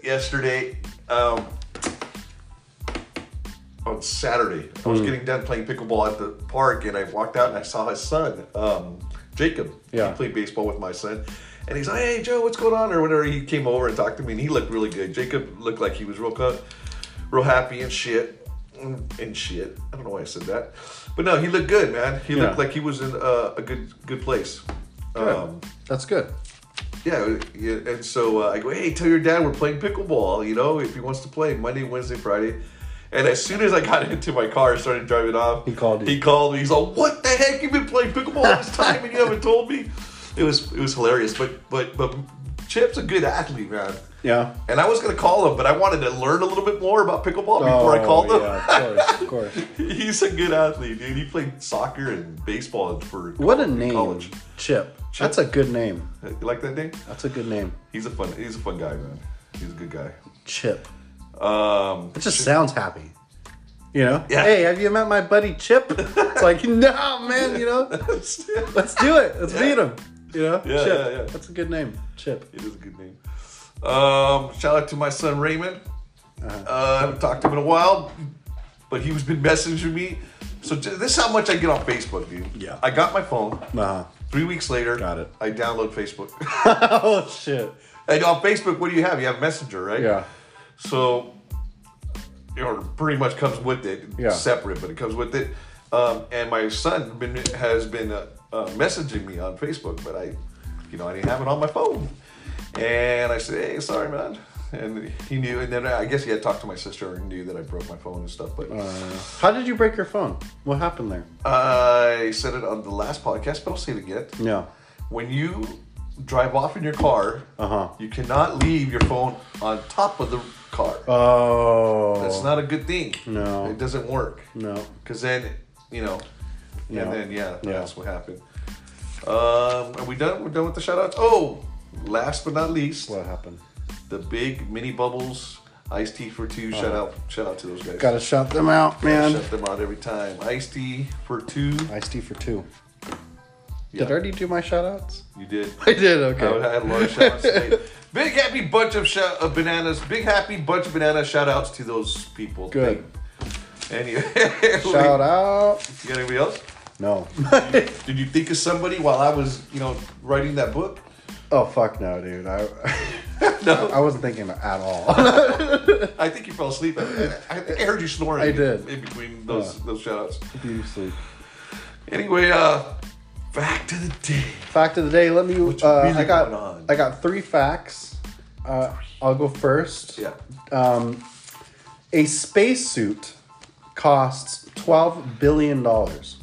Speaker 3: yesterday. Um, on Saturday, I
Speaker 4: Hmm.
Speaker 3: was getting done playing pickleball at the park, and I walked out and I saw his son, um, Jacob.
Speaker 4: Yeah.
Speaker 3: he played baseball with my son, and he's like, "Hey, Joe, what's going on?" Or whatever. He came over and talked to me, and he looked really good. Jacob looked like he was real, co- real happy and shit, Mm, and shit. I don't know why I said that, but no, he looked good, man. He looked
Speaker 4: Yeah.
Speaker 3: like he was in uh, a good, good place. Um,
Speaker 4: That's good.
Speaker 3: yeah, yeah, and so uh, I go, hey, tell your dad we're playing pickleball. You know, if he wants to play Monday, Wednesday, Friday. And as soon as I got into my car and started driving off,
Speaker 4: He called you.
Speaker 3: He called me. He's like, "What the heck? You've been playing pickleball all this time and you haven't told me." It was it was hilarious. But but but Chip's a good athlete, man.
Speaker 4: Yeah.
Speaker 3: And I was gonna call him, but I wanted to learn a little bit more about pickleball before I called him.
Speaker 4: Oh, Yeah, of course, of course.
Speaker 3: He's a good athlete, dude. He played soccer and baseball for
Speaker 4: What a
Speaker 3: in
Speaker 4: name.
Speaker 3: college.
Speaker 4: Chip. That's a good name.
Speaker 3: You like that name?
Speaker 4: That's a good name.
Speaker 3: He's a fun. He's a fun guy, man. He's a good guy.
Speaker 4: Chip.
Speaker 3: Um,
Speaker 4: It just sounds happy. You know?
Speaker 3: Yeah.
Speaker 4: Hey, have you met my buddy Chip? It's like, no, man, you know?
Speaker 3: it
Speaker 4: Let's do it. Let's beat him. You know?
Speaker 3: Yeah,
Speaker 4: Chip.
Speaker 3: yeah, yeah.
Speaker 4: That's a good name. Chip.
Speaker 3: is a good name. Um, shout out to my son Raymond.
Speaker 4: Uh-huh.
Speaker 3: Uh, I haven't talked to him in a while, but he was been messaging me. So j- this is how much I get on Facebook, dude.
Speaker 4: Yeah.
Speaker 3: I got my phone.
Speaker 4: Uh-huh.
Speaker 3: Three weeks later,
Speaker 4: Got it.
Speaker 3: I download Facebook.
Speaker 4: Oh shit.
Speaker 3: and on Facebook, what do you have? You have Messenger, right?
Speaker 4: Yeah.
Speaker 3: So, you know, pretty much comes with it.
Speaker 4: Yeah.
Speaker 3: Separate, but it comes with it. Um, and my son been, has been uh, uh, messaging me on Facebook, but I, you know, I didn't have it on my phone. And I said, hey, sorry, man. And he knew, and then I guess he had talked to my sister and knew that I broke my phone and stuff. But
Speaker 4: How did you break your phone? What happened there?
Speaker 3: I said it on the last podcast, but I'll say it again.
Speaker 4: No.
Speaker 3: When you drive off in your car,
Speaker 4: Uh-huh.
Speaker 3: you cannot leave your phone on top of the car.
Speaker 4: Oh.
Speaker 3: That's not a good thing.
Speaker 4: No.
Speaker 3: It doesn't work.
Speaker 4: No.
Speaker 3: Because then, you know,
Speaker 4: Yeah.
Speaker 3: and then, yeah,
Speaker 4: Yeah.
Speaker 3: that's what happened. Um, are we done? We're done with the shout outs? Oh, last but not least,
Speaker 4: What happened?
Speaker 3: the big mini bubbles, iced tea for 2 Shout out, shout out to those guys.
Speaker 4: Gotta shout them out,
Speaker 3: Gotta
Speaker 4: Uh-huh. man.
Speaker 3: Shut them out every time. Iced tea for two.
Speaker 4: Iced tea for two.
Speaker 3: Yeah.
Speaker 4: Did I already do my shout outs?
Speaker 3: You did.
Speaker 4: I did,
Speaker 3: I would- I had a lot of shout outs today. Big happy bunch of, shout- of bananas. Big happy bunch of banana shout outs to those people.
Speaker 4: Good.
Speaker 3: And you,
Speaker 4: Shout out.
Speaker 3: You got anybody else?
Speaker 4: No.
Speaker 3: Did you think of somebody while I was, you know, writing that book?
Speaker 4: oh fuck no, dude. I
Speaker 3: No,
Speaker 4: I wasn't thinking at all.
Speaker 3: I think you fell asleep. I, I think I heard you snoring.
Speaker 4: I did.
Speaker 3: in between those those shoutouts.
Speaker 4: You sleep.
Speaker 3: Anyway, uh, back to the day.
Speaker 4: Fact of the day. Let me. Uh,
Speaker 3: really
Speaker 4: I got.
Speaker 3: going on?
Speaker 4: I got three facts. Uh, I'll go first. Um,
Speaker 3: Yeah,
Speaker 4: A spacesuit costs twelve billion dollars.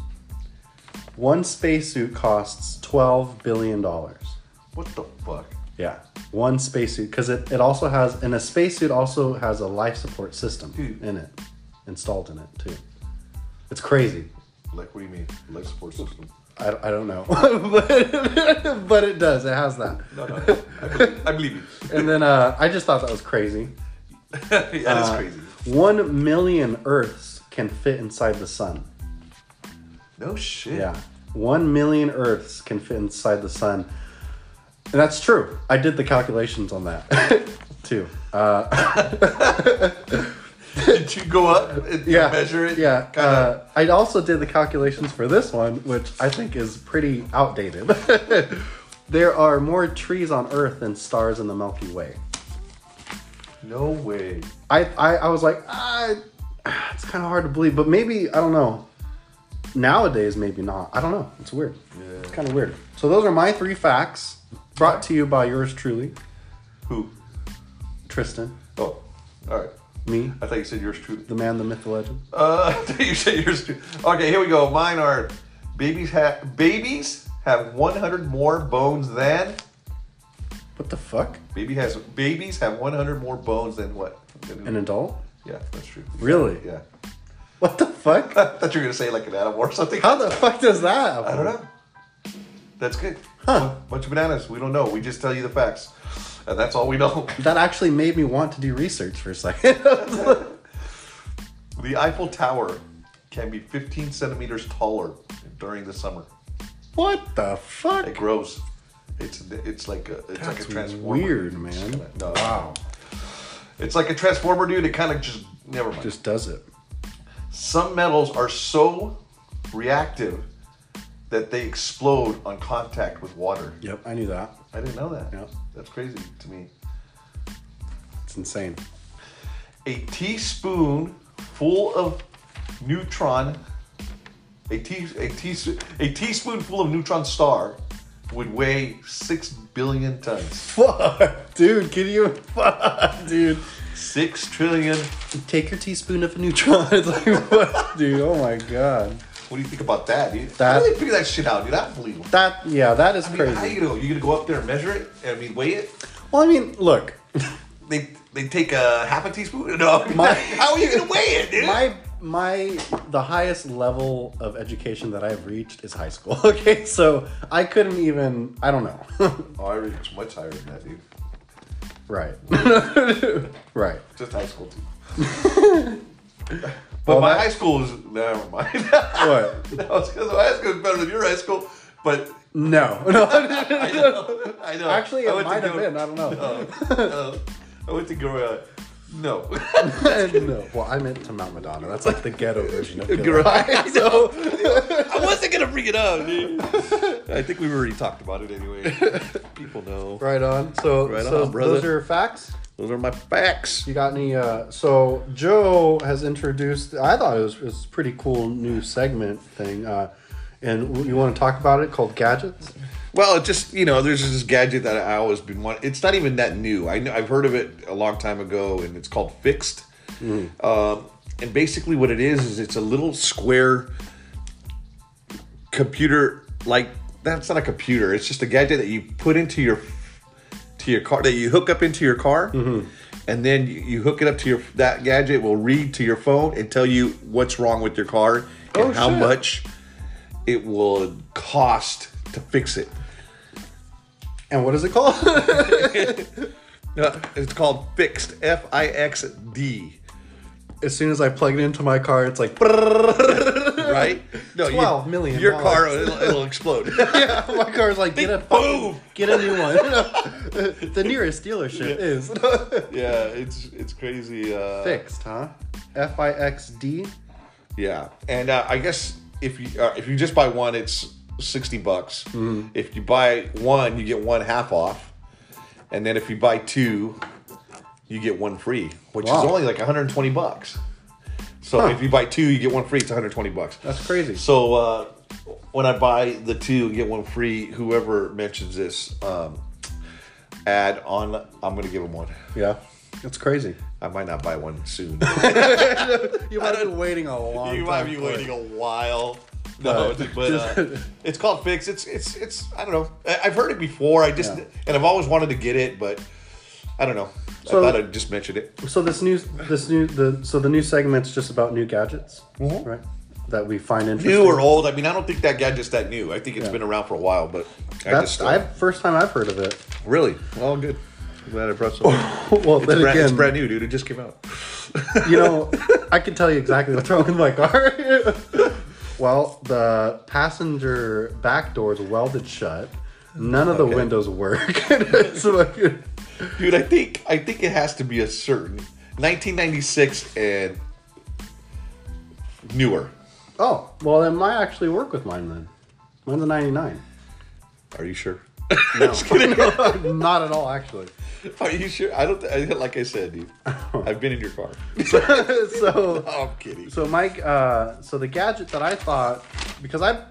Speaker 4: One spacesuit costs twelve billion dollars.
Speaker 3: what the fuck?
Speaker 4: Yeah. One spacesuit because it, it also has and a spacesuit also has a life support system
Speaker 3: Dude.
Speaker 4: in it, installed in it too. It's crazy.
Speaker 3: Like, what do you mean? Life support system?
Speaker 4: I, I don't know, but, but it does. It has that.
Speaker 3: No, no, I believe, I believe you.
Speaker 4: And then uh, I just thought that was crazy.
Speaker 3: that is
Speaker 4: Uh,
Speaker 3: crazy.
Speaker 4: One million Earths can fit inside the sun.
Speaker 3: No shit.
Speaker 4: Yeah. One million Earths can fit inside the sun. And that's true. I did the calculations on that too. Uh,
Speaker 3: Did you go up and
Speaker 4: yeah.
Speaker 3: measure it?
Speaker 4: Yeah.
Speaker 3: Kind of.
Speaker 4: Uh, I also did the calculations for this one, which I think is pretty outdated. there are more trees on Earth than stars in the Milky Way.
Speaker 3: no way.
Speaker 4: I, I, I was like, ah, it's kind of hard to believe, but maybe, I don't know. Nowadays, maybe not. I don't know. It's weird. It's kind of weird. So, those are my three facts brought to you by yours truly.
Speaker 3: Who?
Speaker 4: Tristan,
Speaker 3: Oh, all right.
Speaker 4: me,
Speaker 3: I thought you said yours truly.
Speaker 4: the man, the myth, the legend.
Speaker 3: Uh, I thought you said yours truly. Okay, here we go. Mine are babies have babies have 100 more bones than
Speaker 4: What the fuck?
Speaker 3: baby has babies have 100 more bones than what? Than
Speaker 4: An adult?
Speaker 3: yeah, that's true.
Speaker 4: Really?
Speaker 3: Yeah.
Speaker 4: What the fuck?
Speaker 3: I thought you were gonna say like an animal or something.
Speaker 4: How the fuck does that happen?
Speaker 3: I don't know. That's good.
Speaker 4: Huh.
Speaker 3: Bunch of bananas. We don't know. We just tell you the facts, and that's all we know.
Speaker 4: That actually made me want to do research for a second.
Speaker 3: The Eiffel Tower can be 15 centimeters taller during the summer.
Speaker 4: what the
Speaker 3: It
Speaker 4: fuck?
Speaker 3: grows. It's it's like a it's like
Speaker 4: That's
Speaker 3: a transformer.
Speaker 4: weird,
Speaker 3: It's
Speaker 4: man.
Speaker 3: kinda- no,
Speaker 4: Wow.
Speaker 3: It's like a transformer, dude. It kind of just never mind.
Speaker 4: Just does it.
Speaker 3: Some metals are so reactive that they explode on contact with water.
Speaker 4: Yep, I knew that.
Speaker 3: I didn't know that.
Speaker 4: Yeah.
Speaker 3: That's crazy to me.
Speaker 4: It's insane.
Speaker 3: a teaspoon full of neutron a, tea, a, teaspoon, a teaspoon full of neutron star would weigh 6 billion tons
Speaker 4: Fuck, dude. Can you? Fuck, dude.
Speaker 3: 6 trillion
Speaker 4: Take your teaspoon of neutron. It's like, what, dude? Oh my god.
Speaker 3: what do you think about that dude
Speaker 4: That-
Speaker 3: how do they figure that shit out dude that's believable
Speaker 4: That yeah, that is
Speaker 3: I mean, how
Speaker 4: crazy.
Speaker 3: you know you gonna go up there and measure it i mean weigh it
Speaker 4: Well, I mean, look,
Speaker 3: they they take a half a teaspoon no
Speaker 4: My-
Speaker 3: how are you gonna weigh it dude
Speaker 4: my my the highest level of education that I've reached is high school. Okay, so I couldn't even. I don't know.
Speaker 3: oh i reach much higher than that dude
Speaker 4: right. right.
Speaker 3: just high school too but
Speaker 4: Well,
Speaker 3: my
Speaker 4: that-
Speaker 3: high school is never mind
Speaker 4: What?
Speaker 3: No, it's because my high school is better than your high school, but
Speaker 4: No. No.
Speaker 3: I know. I know.
Speaker 4: Actually,
Speaker 3: I
Speaker 4: it
Speaker 3: went to Oh.
Speaker 4: might have
Speaker 3: Gil-
Speaker 4: been. I don't know.
Speaker 3: No, I went to Gorilla. No.
Speaker 4: no. Well, I meant to Mount Madonna. That's like the ghetto version of Gilroy. so,
Speaker 3: I wasn't going to bring it up, dude. I think we've already talked about it anyway. People know.
Speaker 4: right on. So,
Speaker 3: Right
Speaker 4: so
Speaker 3: on, brother.
Speaker 4: those are facts.
Speaker 3: Those are my facts.
Speaker 4: You got any? Uh, so Joe has introduced. I thought it was, it was a pretty cool new segment thing. Uh, and you want to talk about it called gadgets?
Speaker 3: Well, it just, you know, there's this gadget that I always been wanting. It's not even that new. I know, I've heard of it a long time ago, and it's called Fixed.
Speaker 4: Mm-hmm.
Speaker 3: Um, and basically, what it is, is it's a little square computer like that's not a computer it's just a gadget that you put into your to your car that you hook up into your car
Speaker 4: Mm-hmm.
Speaker 3: and then you, you hook it up to your that gadget will read to your phone and tell you what's wrong with your car and
Speaker 4: Oh,
Speaker 3: how
Speaker 4: shit.
Speaker 3: much it will cost to fix it
Speaker 4: And what is it called?
Speaker 3: Uh, it's called fixed f-i-x-d
Speaker 4: as soon as I plug it into my car, it's like.
Speaker 3: right no you-
Speaker 4: 12 million
Speaker 3: your car
Speaker 4: dollars.
Speaker 3: it'll, it'll explode
Speaker 4: Yeah, my car's like get a
Speaker 3: Boom!
Speaker 4: fucking, get a new one. the nearest dealership is
Speaker 3: yeah it's it's crazy uh
Speaker 4: fixed, huh? F I X D.
Speaker 3: Yeah, and uh, I guess if you uh, if you just buy one, it's sixty bucks.
Speaker 4: Mm-hmm.
Speaker 3: If you buy one, you get one half off, and then if you buy two, you get one free, which
Speaker 4: Wow.
Speaker 3: is only like one hundred and twenty bucks. So if you buy two, you get one free. It's one hundred twenty bucks.
Speaker 4: That's crazy.
Speaker 3: So uh, when I buy the two and get one free, whoever mentions this um, ad on, I'm gonna give them one.
Speaker 4: Yeah, that's crazy.
Speaker 3: I might not buy one soon.
Speaker 4: You might have been waiting a long
Speaker 3: You might
Speaker 4: time.
Speaker 3: be
Speaker 4: for it.
Speaker 3: waiting a while. No,
Speaker 4: But-
Speaker 3: but uh, it's called Fix. It's it's it's. I don't know. I, I've heard it before. I just
Speaker 4: Yeah.
Speaker 3: and I've always wanted to get it, but I don't know.
Speaker 4: So-
Speaker 3: I thought I'd just mention it.
Speaker 4: So this new, this new, the so the new segment's just about new gadgets, right? That we find interesting.
Speaker 3: Mm-hmm. New or old? I mean, I don't think that gadget's that new. I think it's
Speaker 4: Yeah.
Speaker 3: been around for a while, but I
Speaker 4: That's
Speaker 3: just uh,
Speaker 4: I first time I've heard of it.
Speaker 3: really all good. I'm glad I brought something.
Speaker 4: Well,
Speaker 3: it's,
Speaker 4: then
Speaker 3: brand, it's
Speaker 4: again,
Speaker 3: brand new, dude. It just came out.
Speaker 4: you know, I can tell you exactly what's wrong with my car. well, the passenger back door's welded shut. None of the
Speaker 3: Okay.
Speaker 4: windows work. It's fucking-
Speaker 3: Dude, I think I think it has to be a certain 1996 and newer.
Speaker 4: oh, well, it might actually work with mine then. Mine's a 99.
Speaker 3: Are you sure?
Speaker 4: Not at all, actually.
Speaker 3: Are you sure? I don't. Th- I, like I said, dude, I've been in your car.
Speaker 4: so,
Speaker 3: Oh, I'm kidding.
Speaker 4: So Mike, uh, so the gadget that I thought because I,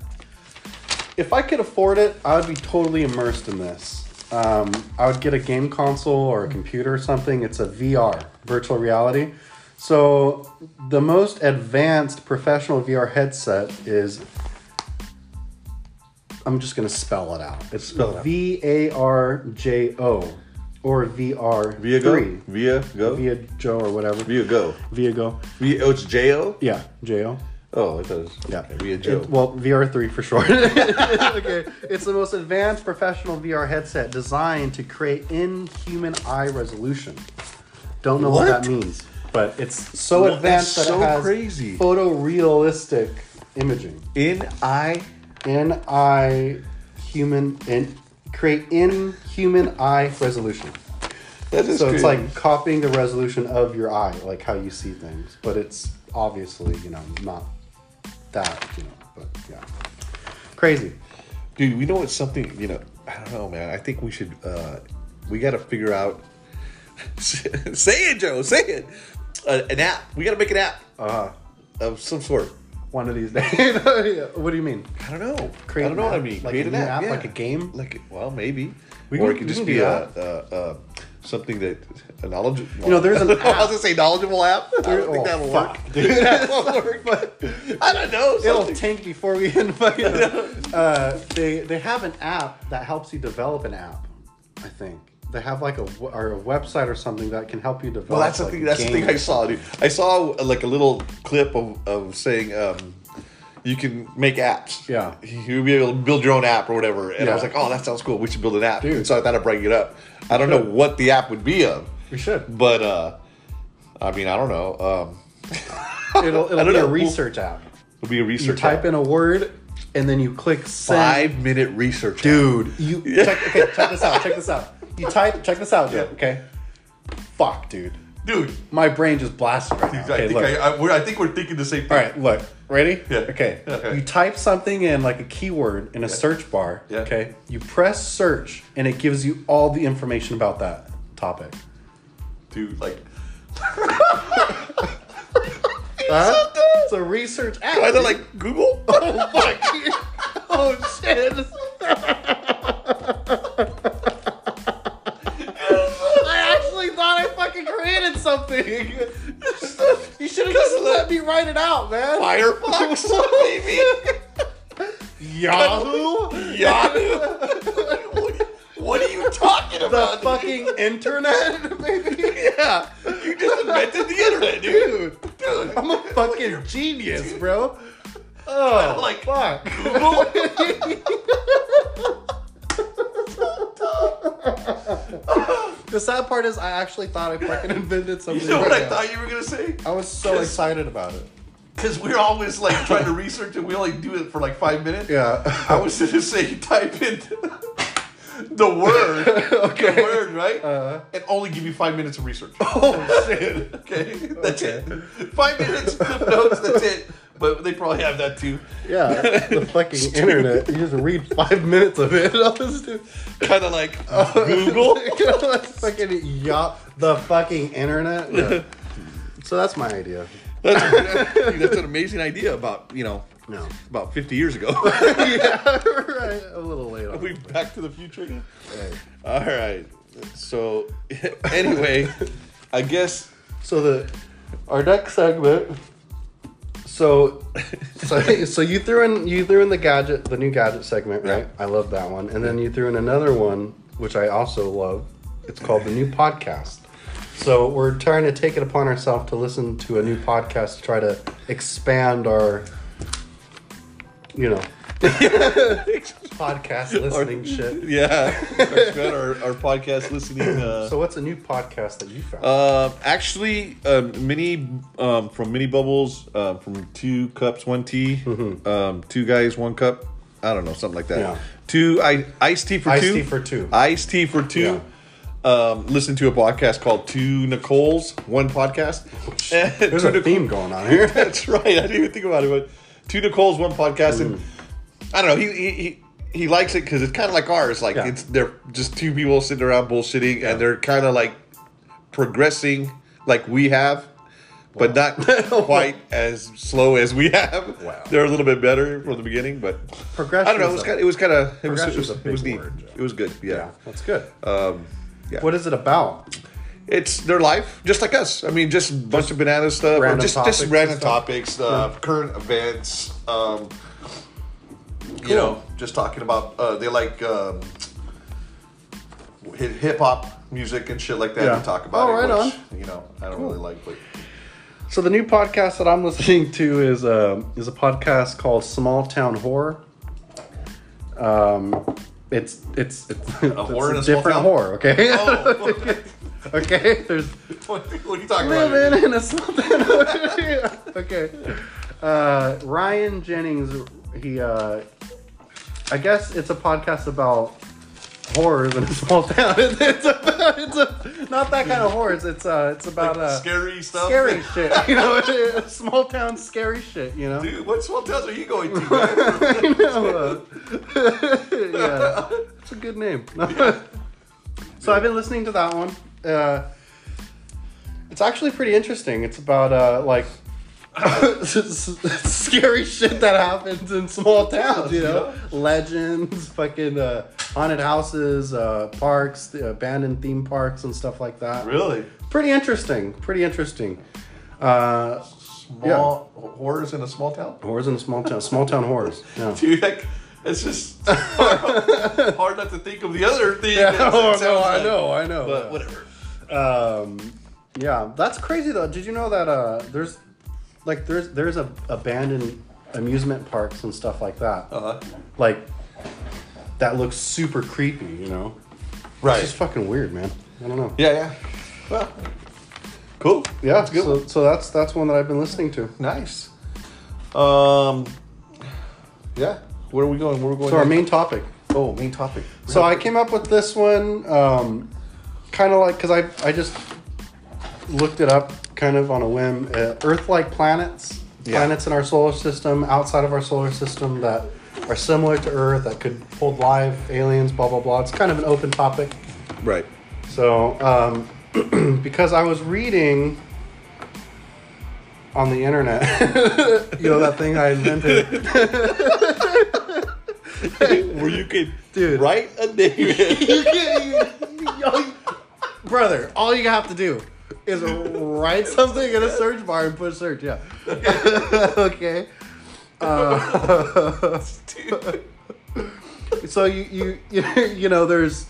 Speaker 4: if I could afford it, I would be totally immersed in this. um, I would get a game console or a computer or something. It's a VR, virtual reality. So the most advanced professional VR headset is. I'm just gonna spell it out. It's
Speaker 3: Spell it out.
Speaker 4: V A R J O, or VR
Speaker 3: Via go.
Speaker 4: three.
Speaker 3: Via go. Via,
Speaker 4: Via Joe or whatever.
Speaker 3: go.
Speaker 4: Viago.
Speaker 3: Via, oh, it's J O.
Speaker 4: Yeah, J O.
Speaker 3: Oh, I thought it was
Speaker 4: Yeah.
Speaker 3: okay, Via Joe.
Speaker 4: It- well, VR3 for short. okay. It's the most advanced professional VR headset designed to create inhuman eye resolution. Don't know what,
Speaker 3: What?
Speaker 4: that means, but it's so
Speaker 3: Well,
Speaker 4: advanced
Speaker 3: that's
Speaker 4: that
Speaker 3: so
Speaker 4: it has
Speaker 3: crazy.
Speaker 4: photorealistic imaging.
Speaker 3: In I.
Speaker 4: In eye human and create in human eye resolution.
Speaker 3: That is
Speaker 4: so
Speaker 3: crazy.
Speaker 4: it's like copying the resolution of your eye, like how you see things. But it's obviously, you know, not that, you know, but yeah. Crazy.
Speaker 3: dude we know it's something you know i don't know man i think we should uh we gotta figure out say it joe say it uh, an app we gotta make an app uh
Speaker 4: Uh-huh.
Speaker 3: of some sort
Speaker 4: One of these days. what do you mean?
Speaker 3: i don't know
Speaker 4: Create
Speaker 3: i don't
Speaker 4: an
Speaker 3: know what i
Speaker 4: app,
Speaker 3: mean
Speaker 4: like
Speaker 3: create
Speaker 4: a
Speaker 3: an
Speaker 4: new
Speaker 3: app,
Speaker 4: app,
Speaker 3: yeah.
Speaker 4: like a game?
Speaker 3: like well maybe
Speaker 4: We
Speaker 3: or it could
Speaker 4: can- we
Speaker 3: just
Speaker 4: can
Speaker 3: be
Speaker 4: do
Speaker 3: a,
Speaker 4: that.
Speaker 3: uh, uh, something that a knowledgeable
Speaker 4: You know, there's an
Speaker 3: I was
Speaker 4: app.
Speaker 3: gonna say knowledgeable app i don't
Speaker 4: There-
Speaker 3: think
Speaker 4: oh,
Speaker 3: that'll
Speaker 4: fuck,
Speaker 3: work
Speaker 4: dude.
Speaker 3: that won't work i don't know
Speaker 4: It'll
Speaker 3: something.
Speaker 4: tank before we even fucking. Uh, they they have an app that helps you develop an app. I think they have like a w- or a website or something that can help you develop.
Speaker 3: Well, that's the
Speaker 4: like,
Speaker 3: thing.
Speaker 4: a
Speaker 3: That's the
Speaker 4: game.
Speaker 3: thing I saw, dude. I saw uh, like a little clip of, of saying um, you can make apps.
Speaker 4: Yeah.
Speaker 3: you'll be able to build your own app or whatever. And I
Speaker 4: Yeah.
Speaker 3: was like, oh, that sounds cool. We should build an app.
Speaker 4: Dude.
Speaker 3: And so I thought I'd bring it up. I don't know what the app would be of,
Speaker 4: We should.
Speaker 3: but uh, I mean, I don't know. Um,
Speaker 4: It'll it'll
Speaker 3: don't
Speaker 4: be
Speaker 3: know.
Speaker 4: a research app.
Speaker 3: it'll be a research.
Speaker 4: You type
Speaker 3: app.
Speaker 4: in a word and then you click send.
Speaker 3: five minute research, app.
Speaker 4: Dude, you check, okay, check this out. Check this out. You type. Check this out. Dude, okay. Fuck, dude.
Speaker 3: Dude,
Speaker 4: My brain just blasted right now.
Speaker 3: I,
Speaker 4: Okay,
Speaker 3: think
Speaker 4: look.
Speaker 3: I, I, we're, I think we're thinking the same thing.
Speaker 4: All right, look. Ready?
Speaker 3: Yeah.
Speaker 4: Okay.
Speaker 3: Okay.
Speaker 4: You type something in, like a keyword, in a search bar.
Speaker 3: Yeah.
Speaker 4: Okay. You press search, and it gives you all the information about that topic.
Speaker 3: dude. Like,
Speaker 4: Huh? It's a research app.
Speaker 3: kind of like Google.
Speaker 4: oh shit! I actually thought I fucking created something. you should have just let me write it out, man.
Speaker 3: Firefox, maybe.
Speaker 4: Yahoo.
Speaker 3: Yahoo. what, what are you talking
Speaker 4: The
Speaker 3: about?
Speaker 4: fucking internet, baby.
Speaker 3: yeah, you just invented the internet, dude. Dude,
Speaker 4: I'm a fucking genius, bro. Oh,
Speaker 3: like-
Speaker 4: fuck.
Speaker 3: Google.
Speaker 4: The sad part is, I actually thought I fucking invented something.
Speaker 3: You know what
Speaker 4: right
Speaker 3: I
Speaker 4: now.
Speaker 3: thought you were gonna say?
Speaker 4: I was so excited about it.
Speaker 3: Because we're always like trying to research and we only do it for like five minutes.
Speaker 4: Yeah.
Speaker 3: I was gonna say type in the word, the
Speaker 4: Okay. Uh-huh.
Speaker 3: word, right? And only give you five minutes of research.
Speaker 4: Oh shit.
Speaker 3: Okay, that's it. Five minutes, cliff notes, that's it. But they probably have that too.
Speaker 4: Yeah, the fucking internet. You just read five minutes of it. I'll just do-
Speaker 3: Kind of like Google.
Speaker 4: fucking yup. The fucking internet. Yeah. So that's my idea.
Speaker 3: That's, dude, that's an amazing idea about you know
Speaker 4: No.
Speaker 3: about 50 years ago.
Speaker 4: yeah, right. A little late on.
Speaker 3: we back to the future again.
Speaker 4: Right.
Speaker 3: All right. So anyway, I guess
Speaker 4: So the our next segment. So, so, so you threw in you threw in the gadget, the new gadget segment, right? I love that one. And then you threw in another one, which I also love. It's called the new podcast. So we're trying to take it upon ourselves to listen to a new podcast to try to expand our, you know, podcast listening shit.
Speaker 3: yeah, that's been our, our podcast listening. Uh,
Speaker 4: So what's a new podcast that you found?
Speaker 3: um, actually, um, mini um, from mini bubbles um, from two cups, one tea, um, two guys, one cup. I don't know, something like that.
Speaker 4: Mm-hmm. Yeah.
Speaker 3: Two I, iced tea for
Speaker 4: Iced
Speaker 3: two.
Speaker 4: tea for two.
Speaker 3: Iced tea for two. Um, listen to a podcast called Two Nicole's One Podcast.
Speaker 4: There's
Speaker 3: Two
Speaker 4: a
Speaker 3: Nic-
Speaker 4: theme going on here.
Speaker 3: That's right. I didn't even think about it. But two Nicole's one podcast, and I don't know. He he he, he likes it because it's kind of like ours. Like
Speaker 4: Yeah.
Speaker 3: it's they're just two people sitting around bullshitting, and they're kind of like progressing like we have, but not quite as slow as we have.
Speaker 2: Wow.
Speaker 3: They're a little bit better from the beginning, but
Speaker 4: Progression
Speaker 3: I don't know. It
Speaker 4: is
Speaker 3: was
Speaker 4: a-
Speaker 3: kind. It was kind of. It was. It
Speaker 2: Progression
Speaker 3: was,
Speaker 2: is a
Speaker 3: it
Speaker 2: big
Speaker 3: was neat.
Speaker 2: word, Joe.
Speaker 3: It was good. Yeah.
Speaker 4: Yeah, Um, that's good.
Speaker 3: yeah.
Speaker 4: What is it about?
Speaker 3: It's their life, just like us. I mean, just a bunch of banana stuff, or
Speaker 4: random
Speaker 3: just
Speaker 4: topics
Speaker 3: just
Speaker 4: and
Speaker 3: random
Speaker 4: stuff.
Speaker 3: topics, uh, current events. Um, You know, just talking about uh, they like um, hip hop music and shit like that.
Speaker 4: Yeah.
Speaker 3: And talk about
Speaker 4: Oh,
Speaker 3: it,
Speaker 4: right
Speaker 3: which, You know, I don't really like, but
Speaker 4: So the new podcast that I'm listening to is a is a podcast called Small Town Horror. Um, it's it's it's, it's
Speaker 3: horror in
Speaker 4: a
Speaker 3: a small
Speaker 4: different
Speaker 3: town?
Speaker 4: horror. Okay,
Speaker 3: Oh,
Speaker 4: okay. There's
Speaker 3: what are you talking about? here?
Speaker 4: living in a small town. horror. okay. Uh, Ryan Jennings, he uh, I guess it's a podcast about horrors in a small town. It's, about, it's a, not that kind of horrors. It's uh, it's about uh,
Speaker 3: Scary stuff.
Speaker 4: scary shit. You know, small town scary shit. You know.
Speaker 3: Dude, what small towns are you going to? man?
Speaker 4: yeah, it's a good name. so I've been listening to that one. Uh, it's actually pretty interesting. It's about uh, like scary shit that happens in small towns. You know, legends, fucking uh, haunted houses, uh, parks, the abandoned theme parks, and stuff like that.
Speaker 3: really?
Speaker 4: Pretty interesting. Pretty interesting. Uh,
Speaker 3: Small horrors in a small town?
Speaker 4: horrors in a small town. Small town horrors. Yeah.
Speaker 3: Dude, like, it's just hard, hard not to think of the other thing.
Speaker 4: Yeah,
Speaker 3: that
Speaker 4: oh,
Speaker 3: sounds
Speaker 4: no, I
Speaker 3: like,
Speaker 4: know, I know.
Speaker 3: But whatever.
Speaker 4: Um, yeah, that's crazy though. Did you know that uh, there's like there's there's a abandoned amusement parks and stuff like that.
Speaker 3: Uh-huh.
Speaker 4: Like that looks super creepy. You know, it's just
Speaker 3: Right.
Speaker 4: fucking weird, man. I don't know.
Speaker 3: Yeah, yeah. Well, cool.
Speaker 4: Yeah,
Speaker 3: That's good.
Speaker 4: so, so that's that's one that I've been listening to.
Speaker 3: nice. Um, yeah. Where are we going? Where are we going?
Speaker 4: So our
Speaker 3: next?
Speaker 4: main topic.
Speaker 3: oh, main topic.
Speaker 4: So I came up with this one, um, kind of like because I I just looked it up kind of on a whim. Uh, Earth-like planets,
Speaker 3: Yeah.
Speaker 4: planets in our solar system, outside of our solar system that are similar to Earth that could hold life, aliens, blah blah blah. It's kind of an open topic.
Speaker 3: Right.
Speaker 4: So, um, because I was reading on the internet, you know that thing I invented.
Speaker 3: Where you could
Speaker 4: Dude.
Speaker 3: write a name.
Speaker 4: You can't- you- you- brother, all you have to do is write something in a search bar and put search. Yeah. okay.
Speaker 3: Dude.
Speaker 4: So you you you, you know there's.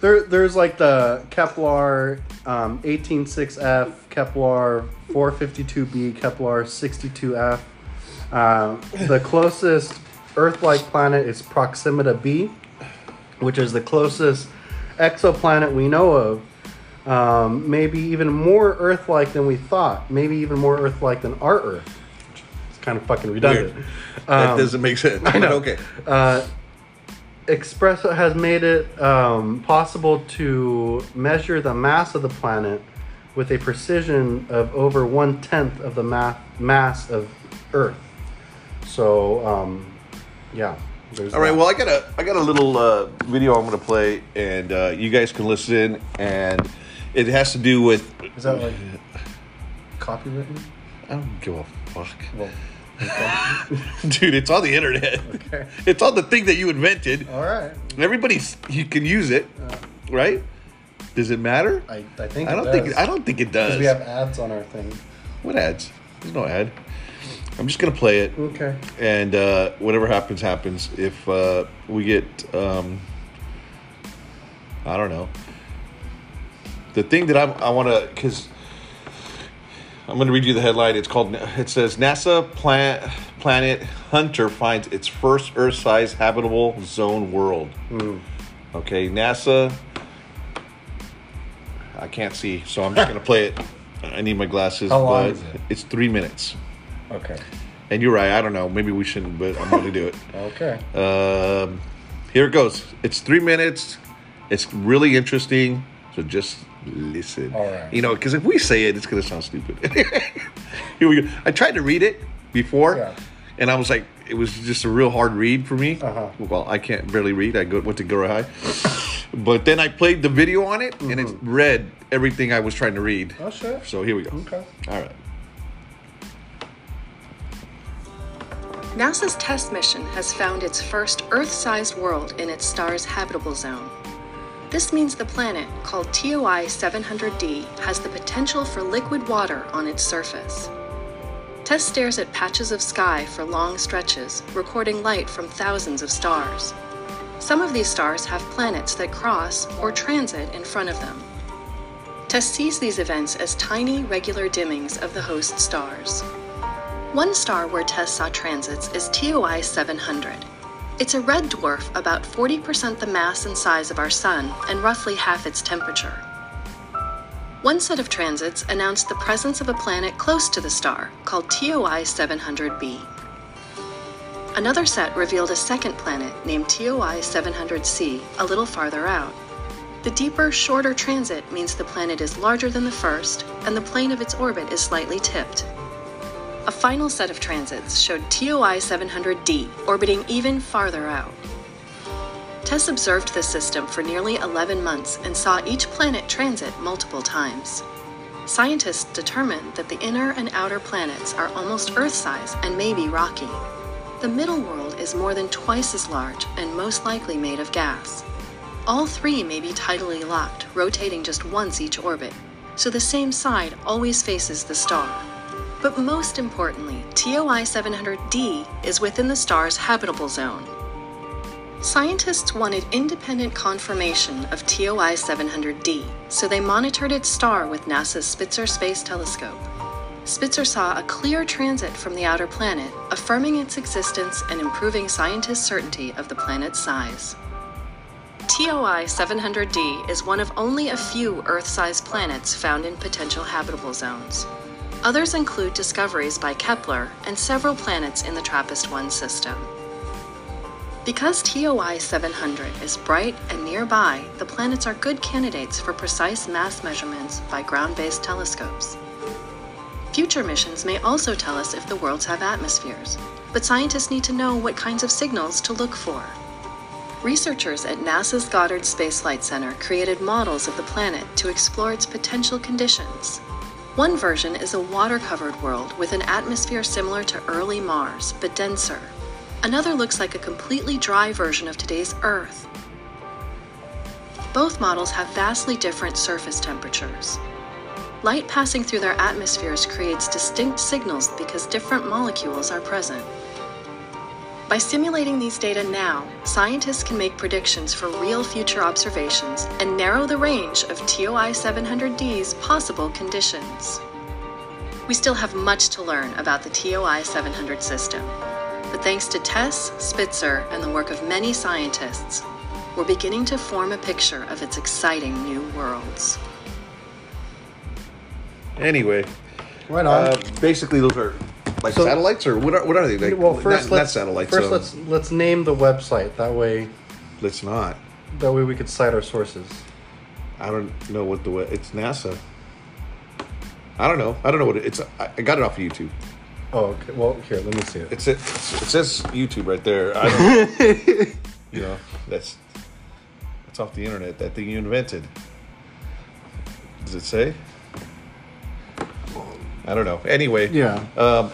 Speaker 4: There, there's like the Kepler um, 186F, Kepler 452b, Kepler 62F. Um, the closest Earth-like planet is Proxima b, which is the closest exoplanet we know of. Um, maybe even more Earth-like than we thought. Maybe even more Earth-like than our Earth. It's kind of fucking redundant.
Speaker 3: Weird. that doesn't make sense. I
Speaker 4: Um, know.
Speaker 3: Okay.
Speaker 4: Espresso has made it um, possible to measure the mass of the planet with a precision of over one tenth of the ma- mass of Earth. So, um, yeah. There's
Speaker 3: All right.
Speaker 4: that.
Speaker 3: Well, I got a I got a little uh, video I'm going to play, and uh, you guys can listen. And it has to do with
Speaker 4: is that like copywritten?
Speaker 3: I don't give a fuck,
Speaker 4: Well,
Speaker 3: dude. It's on the internet.
Speaker 4: Okay. Uh.
Speaker 3: It's on the thing that you invented.
Speaker 4: all right.
Speaker 3: Everybody's you can use it, right? Does it matter?
Speaker 4: Uh. I, I think
Speaker 3: I don't
Speaker 4: it
Speaker 3: think
Speaker 4: does.
Speaker 3: I don't think it does.
Speaker 4: we have ads on our thing.
Speaker 3: what ads? There's no ad. I'm just gonna play it,
Speaker 4: Okay.
Speaker 3: and uh, whatever happens, happens. If uh, we get, um, I don't know. The thing that I'm, I want to, because I'm going to read you the headline. It's called. It says NASA plant, planet Hunter finds its first Earth-sized habitable zone world.
Speaker 4: Hmm.
Speaker 3: Okay, NASA. I can't see, so I'm just going to play it. I need my glasses.
Speaker 4: How long
Speaker 3: but
Speaker 4: is it?
Speaker 3: It's three minutes.
Speaker 4: Okay.
Speaker 3: And you're right. I don't know. Maybe we shouldn't, but I'm going to do it.
Speaker 4: Okay.
Speaker 3: Um, here it goes. It's three minutes. It's really interesting. So just listen.
Speaker 4: All right.
Speaker 3: You know, because if we say it, it's going to sound stupid. here we go. I tried to read it before,
Speaker 4: Yeah.
Speaker 3: and I was like, it was just a real hard read for me.
Speaker 4: Uh-huh.
Speaker 3: Well, I can't barely read. I go, went to Gura High. But then I played the video on it, and it read everything I was trying to read.
Speaker 4: Mm-hmm. Oh, shit.
Speaker 3: So here we go.
Speaker 4: Okay.
Speaker 3: All right.
Speaker 2: NASA's test mission has found its first Earth sized world in its star's habitable zone. This means the planet, called TOI 700D, has the potential for liquid water on its surface. Tess stares at patches of sky for long stretches, recording light from thousands of stars. Some of these stars have planets that cross or transit in front of them. Tess sees these events as tiny, regular dimmings of the host stars. One star where Tess saw transits is TOI 700. It's a red dwarf about 40% the mass and size of our Sun and roughly half its temperature. One set of transits announced the presence of a planet close to the star, called TOI 700b. Another set revealed a second planet named TOI 700c a little farther out. The deeper, shorter transit means the planet is larger than the first, and the plane of its orbit is slightly tipped, a final set of transits showed TOI 700D orbiting even farther out. Tess observed this system for nearly 11 months and saw each planet transit multiple times. Scientists determined that the inner and outer planets are almost Earth size and may be rocky. The middle world is more than twice as large and most likely made of gas. All three may be tidally locked, rotating just once each orbit, so the same side always faces the star. But most importantly, TOI 700D is within the star's habitable zone. Scientists wanted independent confirmation of TOI 700D, so they monitored its star with NASA's Spitzer Space Telescope. Spitzer saw a clear transit from the outer planet, affirming its existence and improving scientists' certainty of the planet's size. TOI 700D is one of only a few Earth sized planets found in potential habitable zones. Others include discoveries by Kepler and several planets in the TRAPPIST 1 system. Because TOI 700 is bright and nearby, the planets are good candidates for precise mass measurements by ground based telescopes. Future missions may also tell us if the worlds have atmospheres, but scientists need to know what kinds of signals to look for. Researchers at NASA's Goddard Space Flight Center created models of the planet to explore its potential conditions. One version is a water covered world with an atmosphere similar to early Mars, but denser. Another looks like a completely dry version of today's Earth. Both models have vastly different surface temperatures. Light passing through their atmospheres creates distinct signals because different molecules are present. By simulating these data now, scientists can make predictions for real future observations and narrow the range of TOI 700D's possible conditions. We still have much to learn about the TOI 700 system, but thanks to Tess, Spitzer, and the work of many scientists, we're beginning to form a picture of its exciting new worlds.
Speaker 3: Anyway,
Speaker 5: Right on.
Speaker 3: uh, basically those are like
Speaker 4: So-
Speaker 3: satellites, or what are, what are they? Like,
Speaker 4: well, first
Speaker 3: not, not
Speaker 4: let's
Speaker 3: satellites.
Speaker 4: first
Speaker 3: uh,
Speaker 4: let's let's name the website. That way,
Speaker 3: let's not.
Speaker 4: that way we could cite our sources.
Speaker 3: I don't know what the way. It's NASA. I don't know. I don't know what it, it's. I, I got it off of YouTube.
Speaker 4: Oh, okay. well, here, let me see it.
Speaker 3: It's it. It says YouTube right there. I don't you know, that's that's off the internet. That thing you invented. Does it say? I don't know. Anyway,
Speaker 4: Yeah.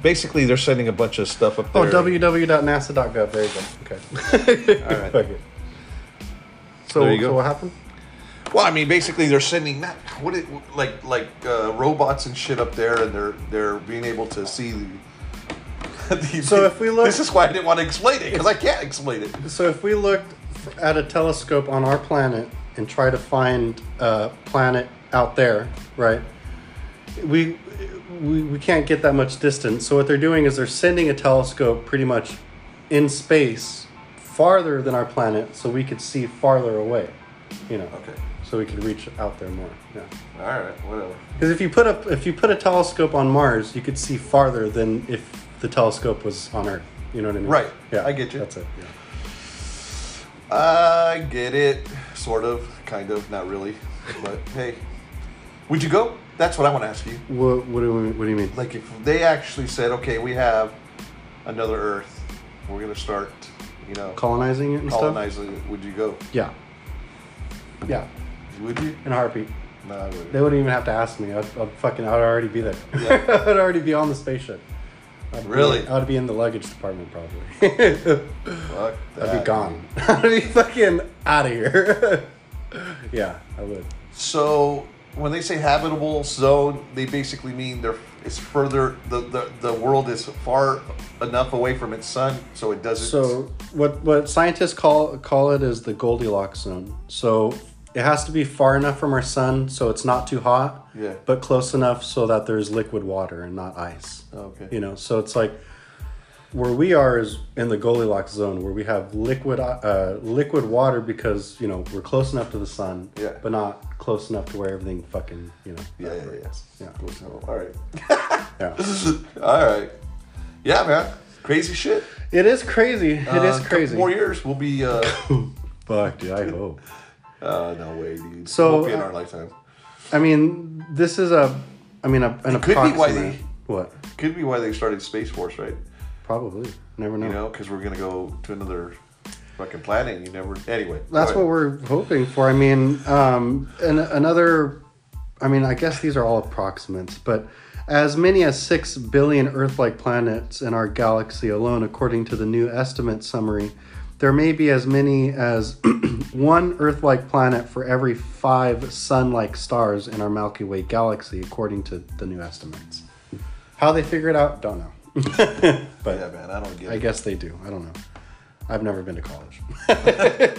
Speaker 3: Basically, they're sending a bunch of stuff up
Speaker 4: oh,
Speaker 3: there.
Speaker 4: www.nasa.gov. There you go. Okay.
Speaker 3: All right.
Speaker 4: Fuck it. So,
Speaker 3: There you go.
Speaker 4: so what happened?
Speaker 3: Well, I mean, basically, they're sending not what it like like uh, robots and shit up there, and they're they're being able to see. The, the-
Speaker 4: So if we look-
Speaker 3: this is why I didn't want to explain it because I can't explain it.
Speaker 4: So if we looked f- at a telescope on our planet and try to find a planet out there, right? We, we we can't get that much distance. So what they're doing is they're sending a telescope pretty much in space farther than our planet so we could see farther away, you know.
Speaker 3: Okay.
Speaker 4: So we could reach out there more. Yeah.
Speaker 3: All right, whatever.
Speaker 4: Cuz if you put a if you put a telescope on Mars, you could see farther than if the telescope was on Earth. You know what I mean?
Speaker 3: Right. I get you.
Speaker 4: That's it. Yeah.
Speaker 3: I get it, sort of, kind of, not really, but hey, would you go? That's what I want to ask you.
Speaker 4: What, what, do, we, what do you mean?
Speaker 3: Like, if they actually said, okay, we have another Earth, we're gonna start, you know,
Speaker 4: colonizing it and
Speaker 3: colonizing. it, Would you go?
Speaker 4: stuff? Yeah. Yeah.
Speaker 3: Would you?
Speaker 4: In a heartbeat.
Speaker 3: No, I wouldn't.
Speaker 4: They wouldn't even have to ask me. I'd, I'd fucking, I'd already be there.
Speaker 3: Yeah.
Speaker 4: I'd already be on the spaceship. I'd be-
Speaker 3: Really?
Speaker 4: I'd be in the luggage department probably.
Speaker 3: Fuck
Speaker 4: I'd
Speaker 3: that.
Speaker 4: be gone. I'd be fucking out of here. yeah, I would.
Speaker 3: So when they say habitable zone, they basically mean they're it's further the, the, the world is far enough away from its sun, so it doesn't.
Speaker 4: So what what scientists call call it is the Goldilocks zone. So it has to be far enough from our sun so it's not too hot,
Speaker 3: Yeah.
Speaker 4: but close enough so that there's liquid water and not ice.
Speaker 3: Okay.
Speaker 4: You know, so it's like where we are is in the Goldilocks zone where we have liquid uh, liquid water because, you know, we're close enough to the sun,
Speaker 3: Yeah.
Speaker 4: but not close enough to where everything fucking, you know.
Speaker 3: yeah, yeah, yeah.
Speaker 4: Yeah.
Speaker 3: Cool, so, All right.
Speaker 4: Yeah.
Speaker 3: All right. Yeah, man. Crazy shit.
Speaker 4: It is crazy. it
Speaker 3: Uh,
Speaker 4: is
Speaker 3: couple
Speaker 4: crazy.
Speaker 3: More years, we'll be. Uh,
Speaker 4: Fuck, dude, I hope.
Speaker 3: uh, no way, dude.
Speaker 4: So,
Speaker 3: we'll be in
Speaker 4: uh,
Speaker 3: our lifetime.
Speaker 4: I mean, this is a. I mean, a, an
Speaker 3: could be why
Speaker 4: approximate-
Speaker 3: they-
Speaker 4: What?
Speaker 3: Could be why they started Space Force, right?
Speaker 4: Probably. Never know.
Speaker 3: You know, because we're gonna go to another fucking planet. and You never. Anyway.
Speaker 4: That's what we're hoping for. I mean, um, an, another. I mean, I guess these are all approximates, but as many as six billion Earth-like planets in our galaxy alone, according to the new estimate summary, there may be as many as one Earth-like planet for every five Sun-like stars in our Milky Way galaxy, according to the new estimates. How they figure it out, don't know.
Speaker 3: But yeah, man, I don't get.
Speaker 4: I
Speaker 3: it.
Speaker 4: guess they do. I don't know. I've never been to college,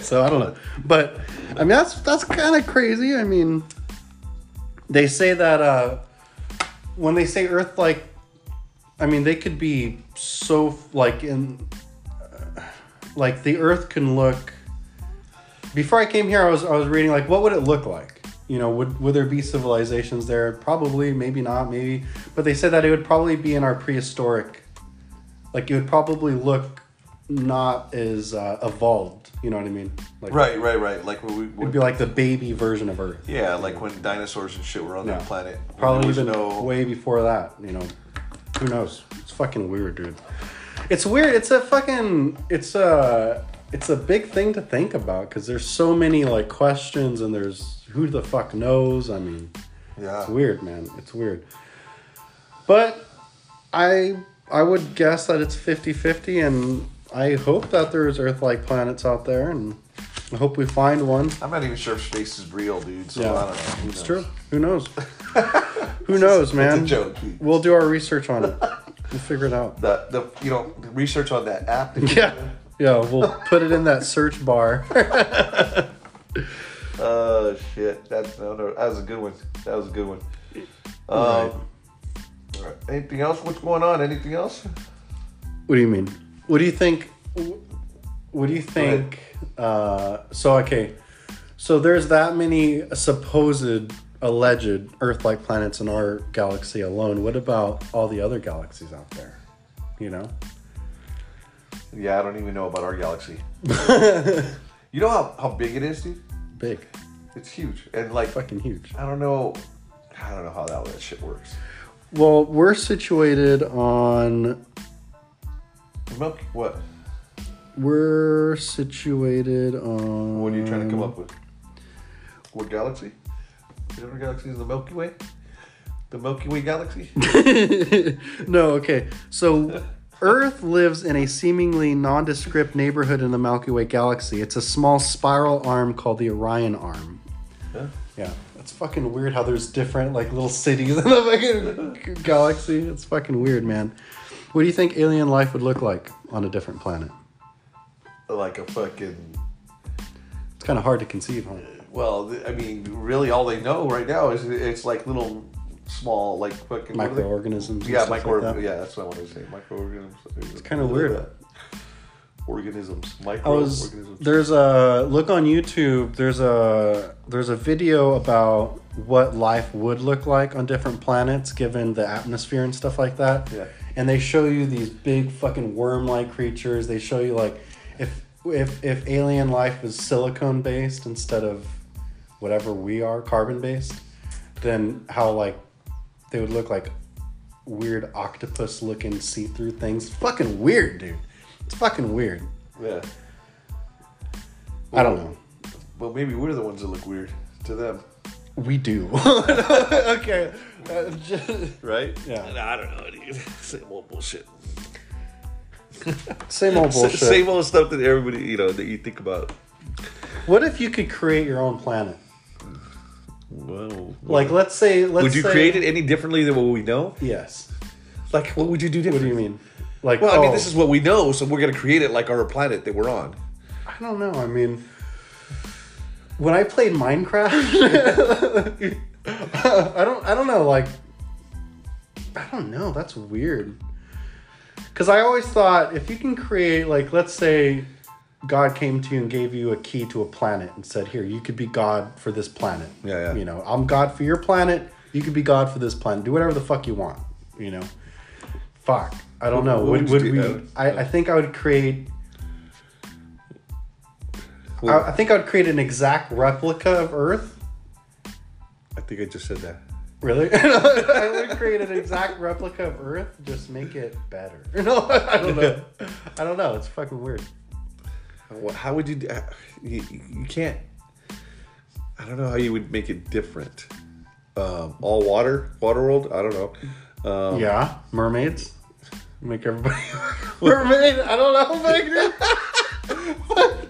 Speaker 4: so I don't know. But I mean, that's that's kind of crazy. I mean, they say that uh, when they say Earth, like, I mean, they could be so like in, like the Earth can look. Before I came here, I was I was reading like, what would it look like? You know, would would there be civilizations there? Probably, maybe not, maybe. But they said that it would probably be in our prehistoric like it would probably look not as uh, evolved. You know what I mean? Like
Speaker 3: Right, right, right. Like when we.
Speaker 4: it'd be like the baby version of Earth.
Speaker 3: yeah, like when dinosaurs and shit were on
Speaker 4: Yeah.
Speaker 3: that planet. when
Speaker 4: Probably
Speaker 3: there was
Speaker 4: even
Speaker 3: no.
Speaker 4: way before that. You know, who knows? It's fucking weird, dude. It's weird. It's a fucking. It's a. It's a big thing to think about because there's so many like questions and there's who the fuck knows. I mean,
Speaker 3: yeah.
Speaker 4: It's weird, man. It's weird. But I I would guess that it's 50-50 and I hope that there's Earth-like planets out there and I hope we find one.
Speaker 3: I'm not even sure if space is real, dude. So
Speaker 4: Yeah.
Speaker 3: I don't know. Who
Speaker 4: It's
Speaker 3: knows?
Speaker 4: true. Who knows? Who knows, man?
Speaker 3: joke, dude.
Speaker 4: We'll do our research on it. We'll figure it out.
Speaker 3: The the you know research on that app. that you-
Speaker 4: Yeah. Yeah, we'll put it in that search bar.
Speaker 3: Oh shit, that's no, no, that was a good one. That was a good one. Um, all right. Anything else? What's going on? Anything else?
Speaker 4: What do you mean? What do you think? What do you think? Uh, so okay, so there's that many supposed alleged Earth-like planets in our galaxy alone. What about all the other galaxies out there? You know?
Speaker 3: Yeah, I don't even know about our galaxy. you know how, how big it is, dude?
Speaker 4: Big,
Speaker 3: It's huge. And like
Speaker 4: fucking huge.
Speaker 3: I don't know I don't know how that, all that shit works.
Speaker 4: Well, we're situated on
Speaker 3: Milky what?
Speaker 4: we're situated on
Speaker 3: What are you trying to come up with? What galaxy? The other galaxy is the Milky Way? The Milky Way galaxy?
Speaker 4: no, okay. So Earth lives in a seemingly nondescript neighborhood in the Milky Way galaxy. It's a small spiral arm called the Orion Arm.
Speaker 3: Huh?
Speaker 4: Yeah. It's fucking weird how there's different like little cities in the fucking g- galaxy. It's fucking weird, man. What do you think alien life would look like on a different planet?
Speaker 3: like a fucking
Speaker 4: It's kind of hard to conceive, huh?
Speaker 3: Well, th- I mean, really, all they know right now is it's like little, small, like fucking what are they-
Speaker 4: Microorganisms and
Speaker 3: Yeah,
Speaker 4: stuff like
Speaker 3: micro.
Speaker 4: that.
Speaker 3: yeah, that's what I want to say. Microorganisms. It's
Speaker 4: kinda weird.
Speaker 3: Organisms.
Speaker 4: I was
Speaker 3: Microorganisms.
Speaker 4: there's a look on YouTube. There's a there's a video about what life would look like on different planets given the atmosphere and stuff like that.
Speaker 3: Yeah.
Speaker 4: And they show you these big fucking worm-like creatures. They show you like if if if alien life was silicone based instead of whatever we are carbon based, then how like they would look like weird octopus looking see-through things. Fucking weird, dude. It's fucking weird.
Speaker 3: Yeah.
Speaker 4: I don't know.
Speaker 3: Well, maybe we're the ones that look weird to them.
Speaker 4: We do. okay. Uh, just-
Speaker 3: right?
Speaker 4: yeah.
Speaker 3: I don't know, dude. Same old bullshit.
Speaker 4: Same old
Speaker 3: S-
Speaker 4: bullshit.
Speaker 3: Same old stuff that everybody, you know, that you think about.
Speaker 4: What if you could create your own planet?
Speaker 3: Whoa.
Speaker 4: Like, let's say, let's
Speaker 3: would you
Speaker 4: say-
Speaker 3: create it any differently than what we know?
Speaker 4: Yes.
Speaker 3: Like, what would you do
Speaker 4: What
Speaker 3: differently?
Speaker 4: do you mean? Like,
Speaker 3: Well, I mean,
Speaker 4: oh,
Speaker 3: this is what we know, so we're gonna create it like our planet that we're on.
Speaker 4: I don't know. I mean, when I played Minecraft, I don't. I don't know. Like, I don't know. That's weird. Because I always thought if you can create, like, let's say God came to you and gave you a key to a planet and said, "Here, you could be God for this planet."
Speaker 3: Yeah, yeah.
Speaker 4: You know, I'm God for your planet. You could be God for this planet. Do whatever the fuck you want. You know. Fuck. I don't know.
Speaker 3: What
Speaker 4: Would,
Speaker 3: would
Speaker 4: would,
Speaker 3: you
Speaker 4: we?
Speaker 3: do?
Speaker 4: I, I think I would create I, I think I would create an exact replica of Earth.
Speaker 3: I think I just said that.
Speaker 4: Really? I would create an exact replica of Earth. Just make it better. No, I don't know. I don't know. It's fucking weird.
Speaker 3: Wha- How would you? do- uh, You, you can't. I don't know how you would make it different. Um, all water, water world. I don't know. Um,
Speaker 4: Yeah, mermaids. Make everybody mermaid. I don't know. Like,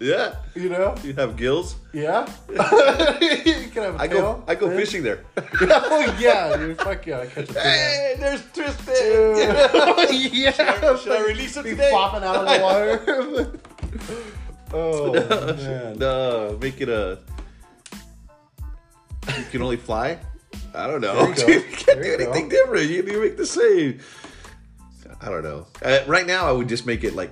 Speaker 3: yeah,
Speaker 4: you know?
Speaker 3: you have gills.
Speaker 4: Yeah. you can have a
Speaker 3: I go,
Speaker 4: tail.
Speaker 3: I go fishing there.
Speaker 4: oh yeah, dude. Fuck yeah. I catch a fish.
Speaker 3: hey, there's Tristan.
Speaker 4: yeah.
Speaker 3: Should I release him
Speaker 4: Be
Speaker 3: today?
Speaker 4: flopping out of the water. oh man.
Speaker 3: No, make it a. You can only fly. I don't know.
Speaker 4: you go.
Speaker 3: you can't
Speaker 4: There
Speaker 3: do
Speaker 4: you go.
Speaker 3: anything different. You, you make the same. I don't know. Uh, right now, I would just make it like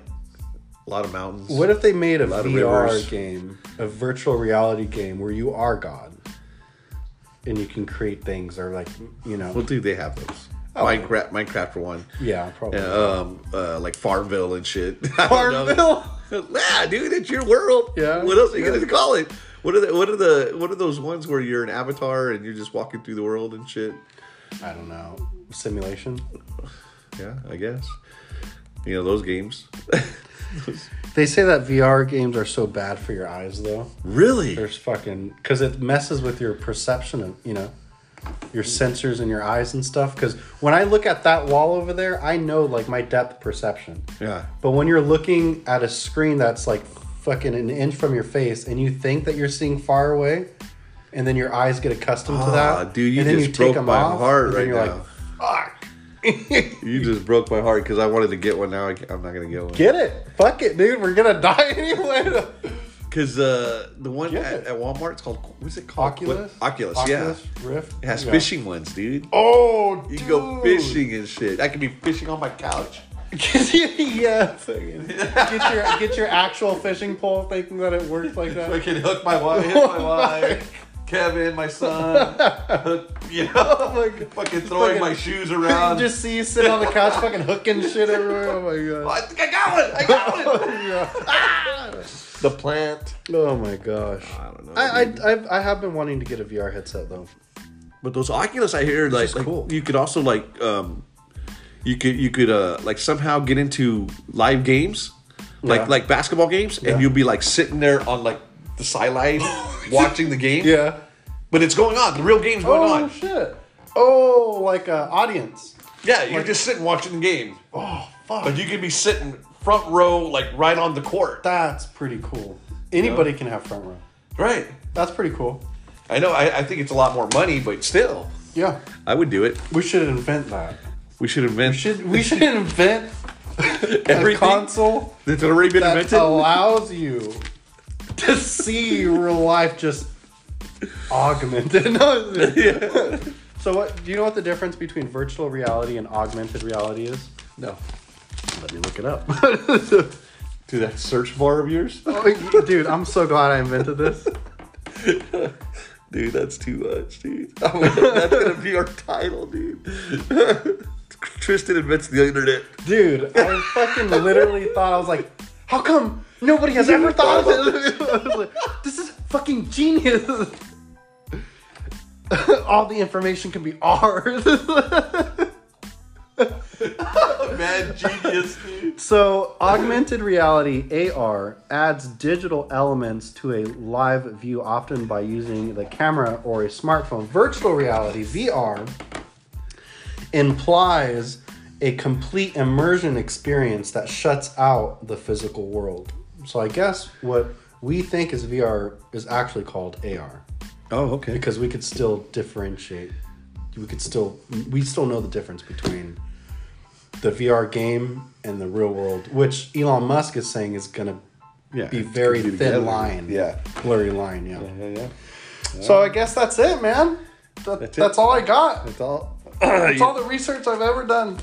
Speaker 3: a lot of mountains.
Speaker 4: What if they made a,
Speaker 3: lot of
Speaker 4: VR
Speaker 3: rivers.
Speaker 4: game, a virtual reality game where you are God, and you can create things or like you
Speaker 3: Well,
Speaker 4: know,
Speaker 3: do they have those? Minecraft, Minecraft for one.
Speaker 4: Oh. yeah, probably
Speaker 3: Yeah, um, uh, like Farmville and shit. I don't know.
Speaker 4: Farmville.
Speaker 3: yeah, dude, it's your world.
Speaker 4: Yeah.
Speaker 3: What else are you
Speaker 4: Yeah.
Speaker 3: gonna call it? What are the What are the What are those ones where you're an avatar and you're just walking through the world and shit?
Speaker 4: I don't know simulation.
Speaker 3: Yeah, I guess. You know those games.
Speaker 4: They say that VR games are so bad for your eyes though.
Speaker 3: Really?
Speaker 4: There's fucking because it messes with your perception of you know. Your sensors in your eyes and stuff. Because when I look at that wall over there, I know like my depth perception.
Speaker 3: Yeah.
Speaker 4: But when you're looking at a screen that's like fucking an inch from your face and you think that you're seeing far away, and then your eyes get accustomed to
Speaker 3: Ah,
Speaker 4: that,
Speaker 3: dude, you
Speaker 4: and then
Speaker 3: just broke my heart
Speaker 4: and
Speaker 3: right
Speaker 4: then you're
Speaker 3: now.
Speaker 4: like, fuck,
Speaker 3: You just broke my heart because I wanted to get one. Now I, ca- I'm not gonna get one.
Speaker 4: get it, fuck it, dude, we're gonna die anyway.
Speaker 3: Because uh, the one
Speaker 4: Get
Speaker 3: at,
Speaker 4: it.
Speaker 3: at Walmart, it's called what's it called?
Speaker 4: Oculus,
Speaker 3: What- Oculus, Yeah.
Speaker 4: Rift,
Speaker 3: It has
Speaker 4: Yeah.
Speaker 3: fishing ones, dude.
Speaker 4: Oh,
Speaker 3: You can go
Speaker 4: dude.
Speaker 3: fishing and shit. I can be fishing on my couch.
Speaker 4: yeah, fucking. get your get your actual fishing pole, thinking that it works like that.
Speaker 3: I can hook my wife, hit my wife, Kevin, my son. hook, you know,
Speaker 4: Oh my God.
Speaker 3: fucking throwing
Speaker 4: Fucking-
Speaker 3: my shoes around.
Speaker 4: just see you sitting on the couch, fucking hooking shit everywhere. Oh my
Speaker 3: Oh,
Speaker 4: god.
Speaker 3: I think I got one. I got one. Ah!
Speaker 4: Yeah.
Speaker 3: the plant.
Speaker 4: Oh my gosh.
Speaker 3: I don't know.
Speaker 4: I, I, I've, I have been wanting to get a VR headset though.
Speaker 3: But those Oculus, I hear, like,
Speaker 4: is
Speaker 3: like,
Speaker 4: cool.
Speaker 3: you could also like, um, you could you could uh like somehow get into live games, like
Speaker 4: Yeah.
Speaker 3: like basketball games,
Speaker 4: Yeah.
Speaker 3: and you'll be like sitting there on like the sideline watching the game.
Speaker 4: Yeah.
Speaker 3: But it's going on. The real game's going
Speaker 4: Oh
Speaker 3: on.
Speaker 4: shit. Oh, like a audience.
Speaker 3: Yeah, you're just sitting watching the game,
Speaker 4: Oh fuck.
Speaker 3: but you could be sitting front row, like right on the court.
Speaker 4: That's pretty cool. Anybody can have front row.
Speaker 3: Right.
Speaker 4: That's pretty cool.
Speaker 3: I know. I, I think it's a lot more money, but still,
Speaker 4: Yeah.
Speaker 3: I would do it.
Speaker 4: We should invent that.
Speaker 3: We should invent
Speaker 4: Should we should invent a
Speaker 3: everything
Speaker 4: console
Speaker 3: that's already been
Speaker 4: that
Speaker 3: invented.
Speaker 4: allows you to see real life just augmented. No, it's-
Speaker 3: Yeah.
Speaker 4: So what do you know what the difference between virtual reality and augmented reality is?
Speaker 3: No.
Speaker 4: Let me look it up.
Speaker 3: To that search bar of yours?
Speaker 4: Oh, Dude, I'm so glad I invented this.
Speaker 3: Dude, that's too much, dude.
Speaker 5: Oh,
Speaker 3: that's gonna be our title, dude. Tristan invents the internet.
Speaker 4: Dude, I fucking literally thought I was like, how come nobody has ever thought of this? I was like, this is fucking genius. All the information can be ours.
Speaker 3: Mad genius, dude.
Speaker 4: So, augmented reality (AR) adds digital elements to a live view, often by using the camera or a smartphone. Virtual reality (VR) implies a complete immersion experience that shuts out the physical world. So, I guess what we think is VR is actually called AR
Speaker 5: Oh, okay.
Speaker 4: because we could still differentiate. We could still we still know the difference between the VR game and the real world, which Elon Musk is saying is gonna
Speaker 5: Yeah,
Speaker 4: be
Speaker 5: it's gonna
Speaker 4: very
Speaker 5: be
Speaker 4: thin
Speaker 5: together.
Speaker 4: line,
Speaker 5: Yeah.
Speaker 4: blurry line, yeah.
Speaker 5: Yeah, yeah.
Speaker 4: So I guess that's it, man. That, that's
Speaker 5: That's it.
Speaker 4: all I got.
Speaker 5: That's all.
Speaker 4: That's all the research I've ever done.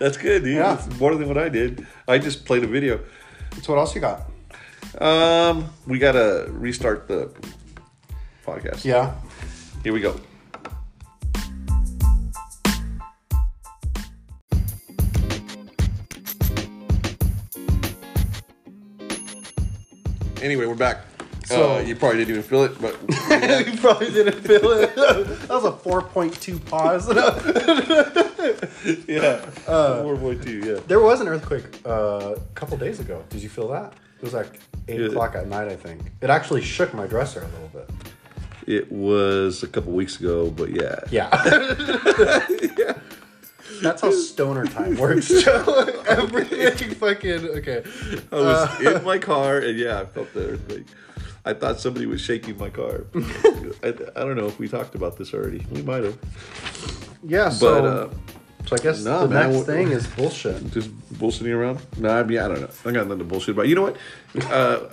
Speaker 5: That's good, dude.
Speaker 4: Yeah.
Speaker 5: That's more than what I did. I just played a video.
Speaker 4: so what else you got?
Speaker 5: Um, we gotta restart the podcast.
Speaker 4: Yeah.
Speaker 5: Here we go.
Speaker 3: Anyway, we're back.
Speaker 4: So-
Speaker 3: uh, you probably didn't even feel it, but
Speaker 4: you probably didn't feel it. that was a 4.2 pause.
Speaker 5: Yeah. Four point two. Yeah.
Speaker 4: There was an earthquake uh, a couple days ago. Did you feel that? It was like eight
Speaker 5: Yeah.
Speaker 4: o'clock at night, I think. It actually shook my dresser a little bit.
Speaker 5: It was a couple weeks ago, but yeah.
Speaker 4: Yeah. That's how stoner time works, Joe. Everything fucking okay.
Speaker 5: I was in my car, and yeah, I felt the earthquake. I thought somebody was shaking my car. I, I don't know if we talked about this already. We might have.
Speaker 4: Yeah. So,
Speaker 5: uh,
Speaker 4: so I guess
Speaker 5: nah,
Speaker 4: the
Speaker 5: man,
Speaker 4: next
Speaker 5: what-
Speaker 4: thing is bullshit.
Speaker 5: Just bullshitting around? No, I mean I don't know. I got nothing to bullshit about. You know what? Uh,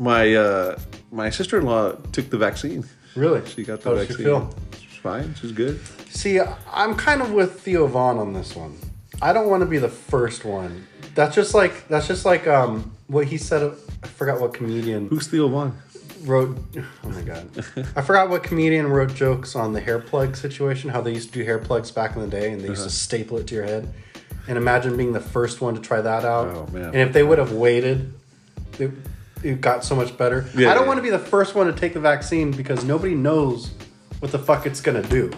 Speaker 5: my uh, my sister in law took the vaccine.
Speaker 4: Really?
Speaker 5: She got the
Speaker 4: How does she
Speaker 5: vaccine.
Speaker 4: feel?
Speaker 5: She's fine. She's good.
Speaker 4: See, I'm kind of with Theo Vaughn on this one. I don't want to be the first one. That's just like that's just like um what he said. I forgot what comedian.
Speaker 5: Who's Theo Vaughn?
Speaker 4: wrote oh my god i forgot what comedian wrote jokes on the hair plug situation how they used to do hair plugs back in the day and they used
Speaker 5: Uh-huh.
Speaker 4: to staple it to your head and imagine being the first one to try that out
Speaker 5: Oh, man.
Speaker 4: and if they would have waited it, it got so much better
Speaker 5: Yeah,
Speaker 4: i don't
Speaker 5: yeah.
Speaker 4: want to be the first one to take the vaccine because nobody knows what the fuck it's gonna do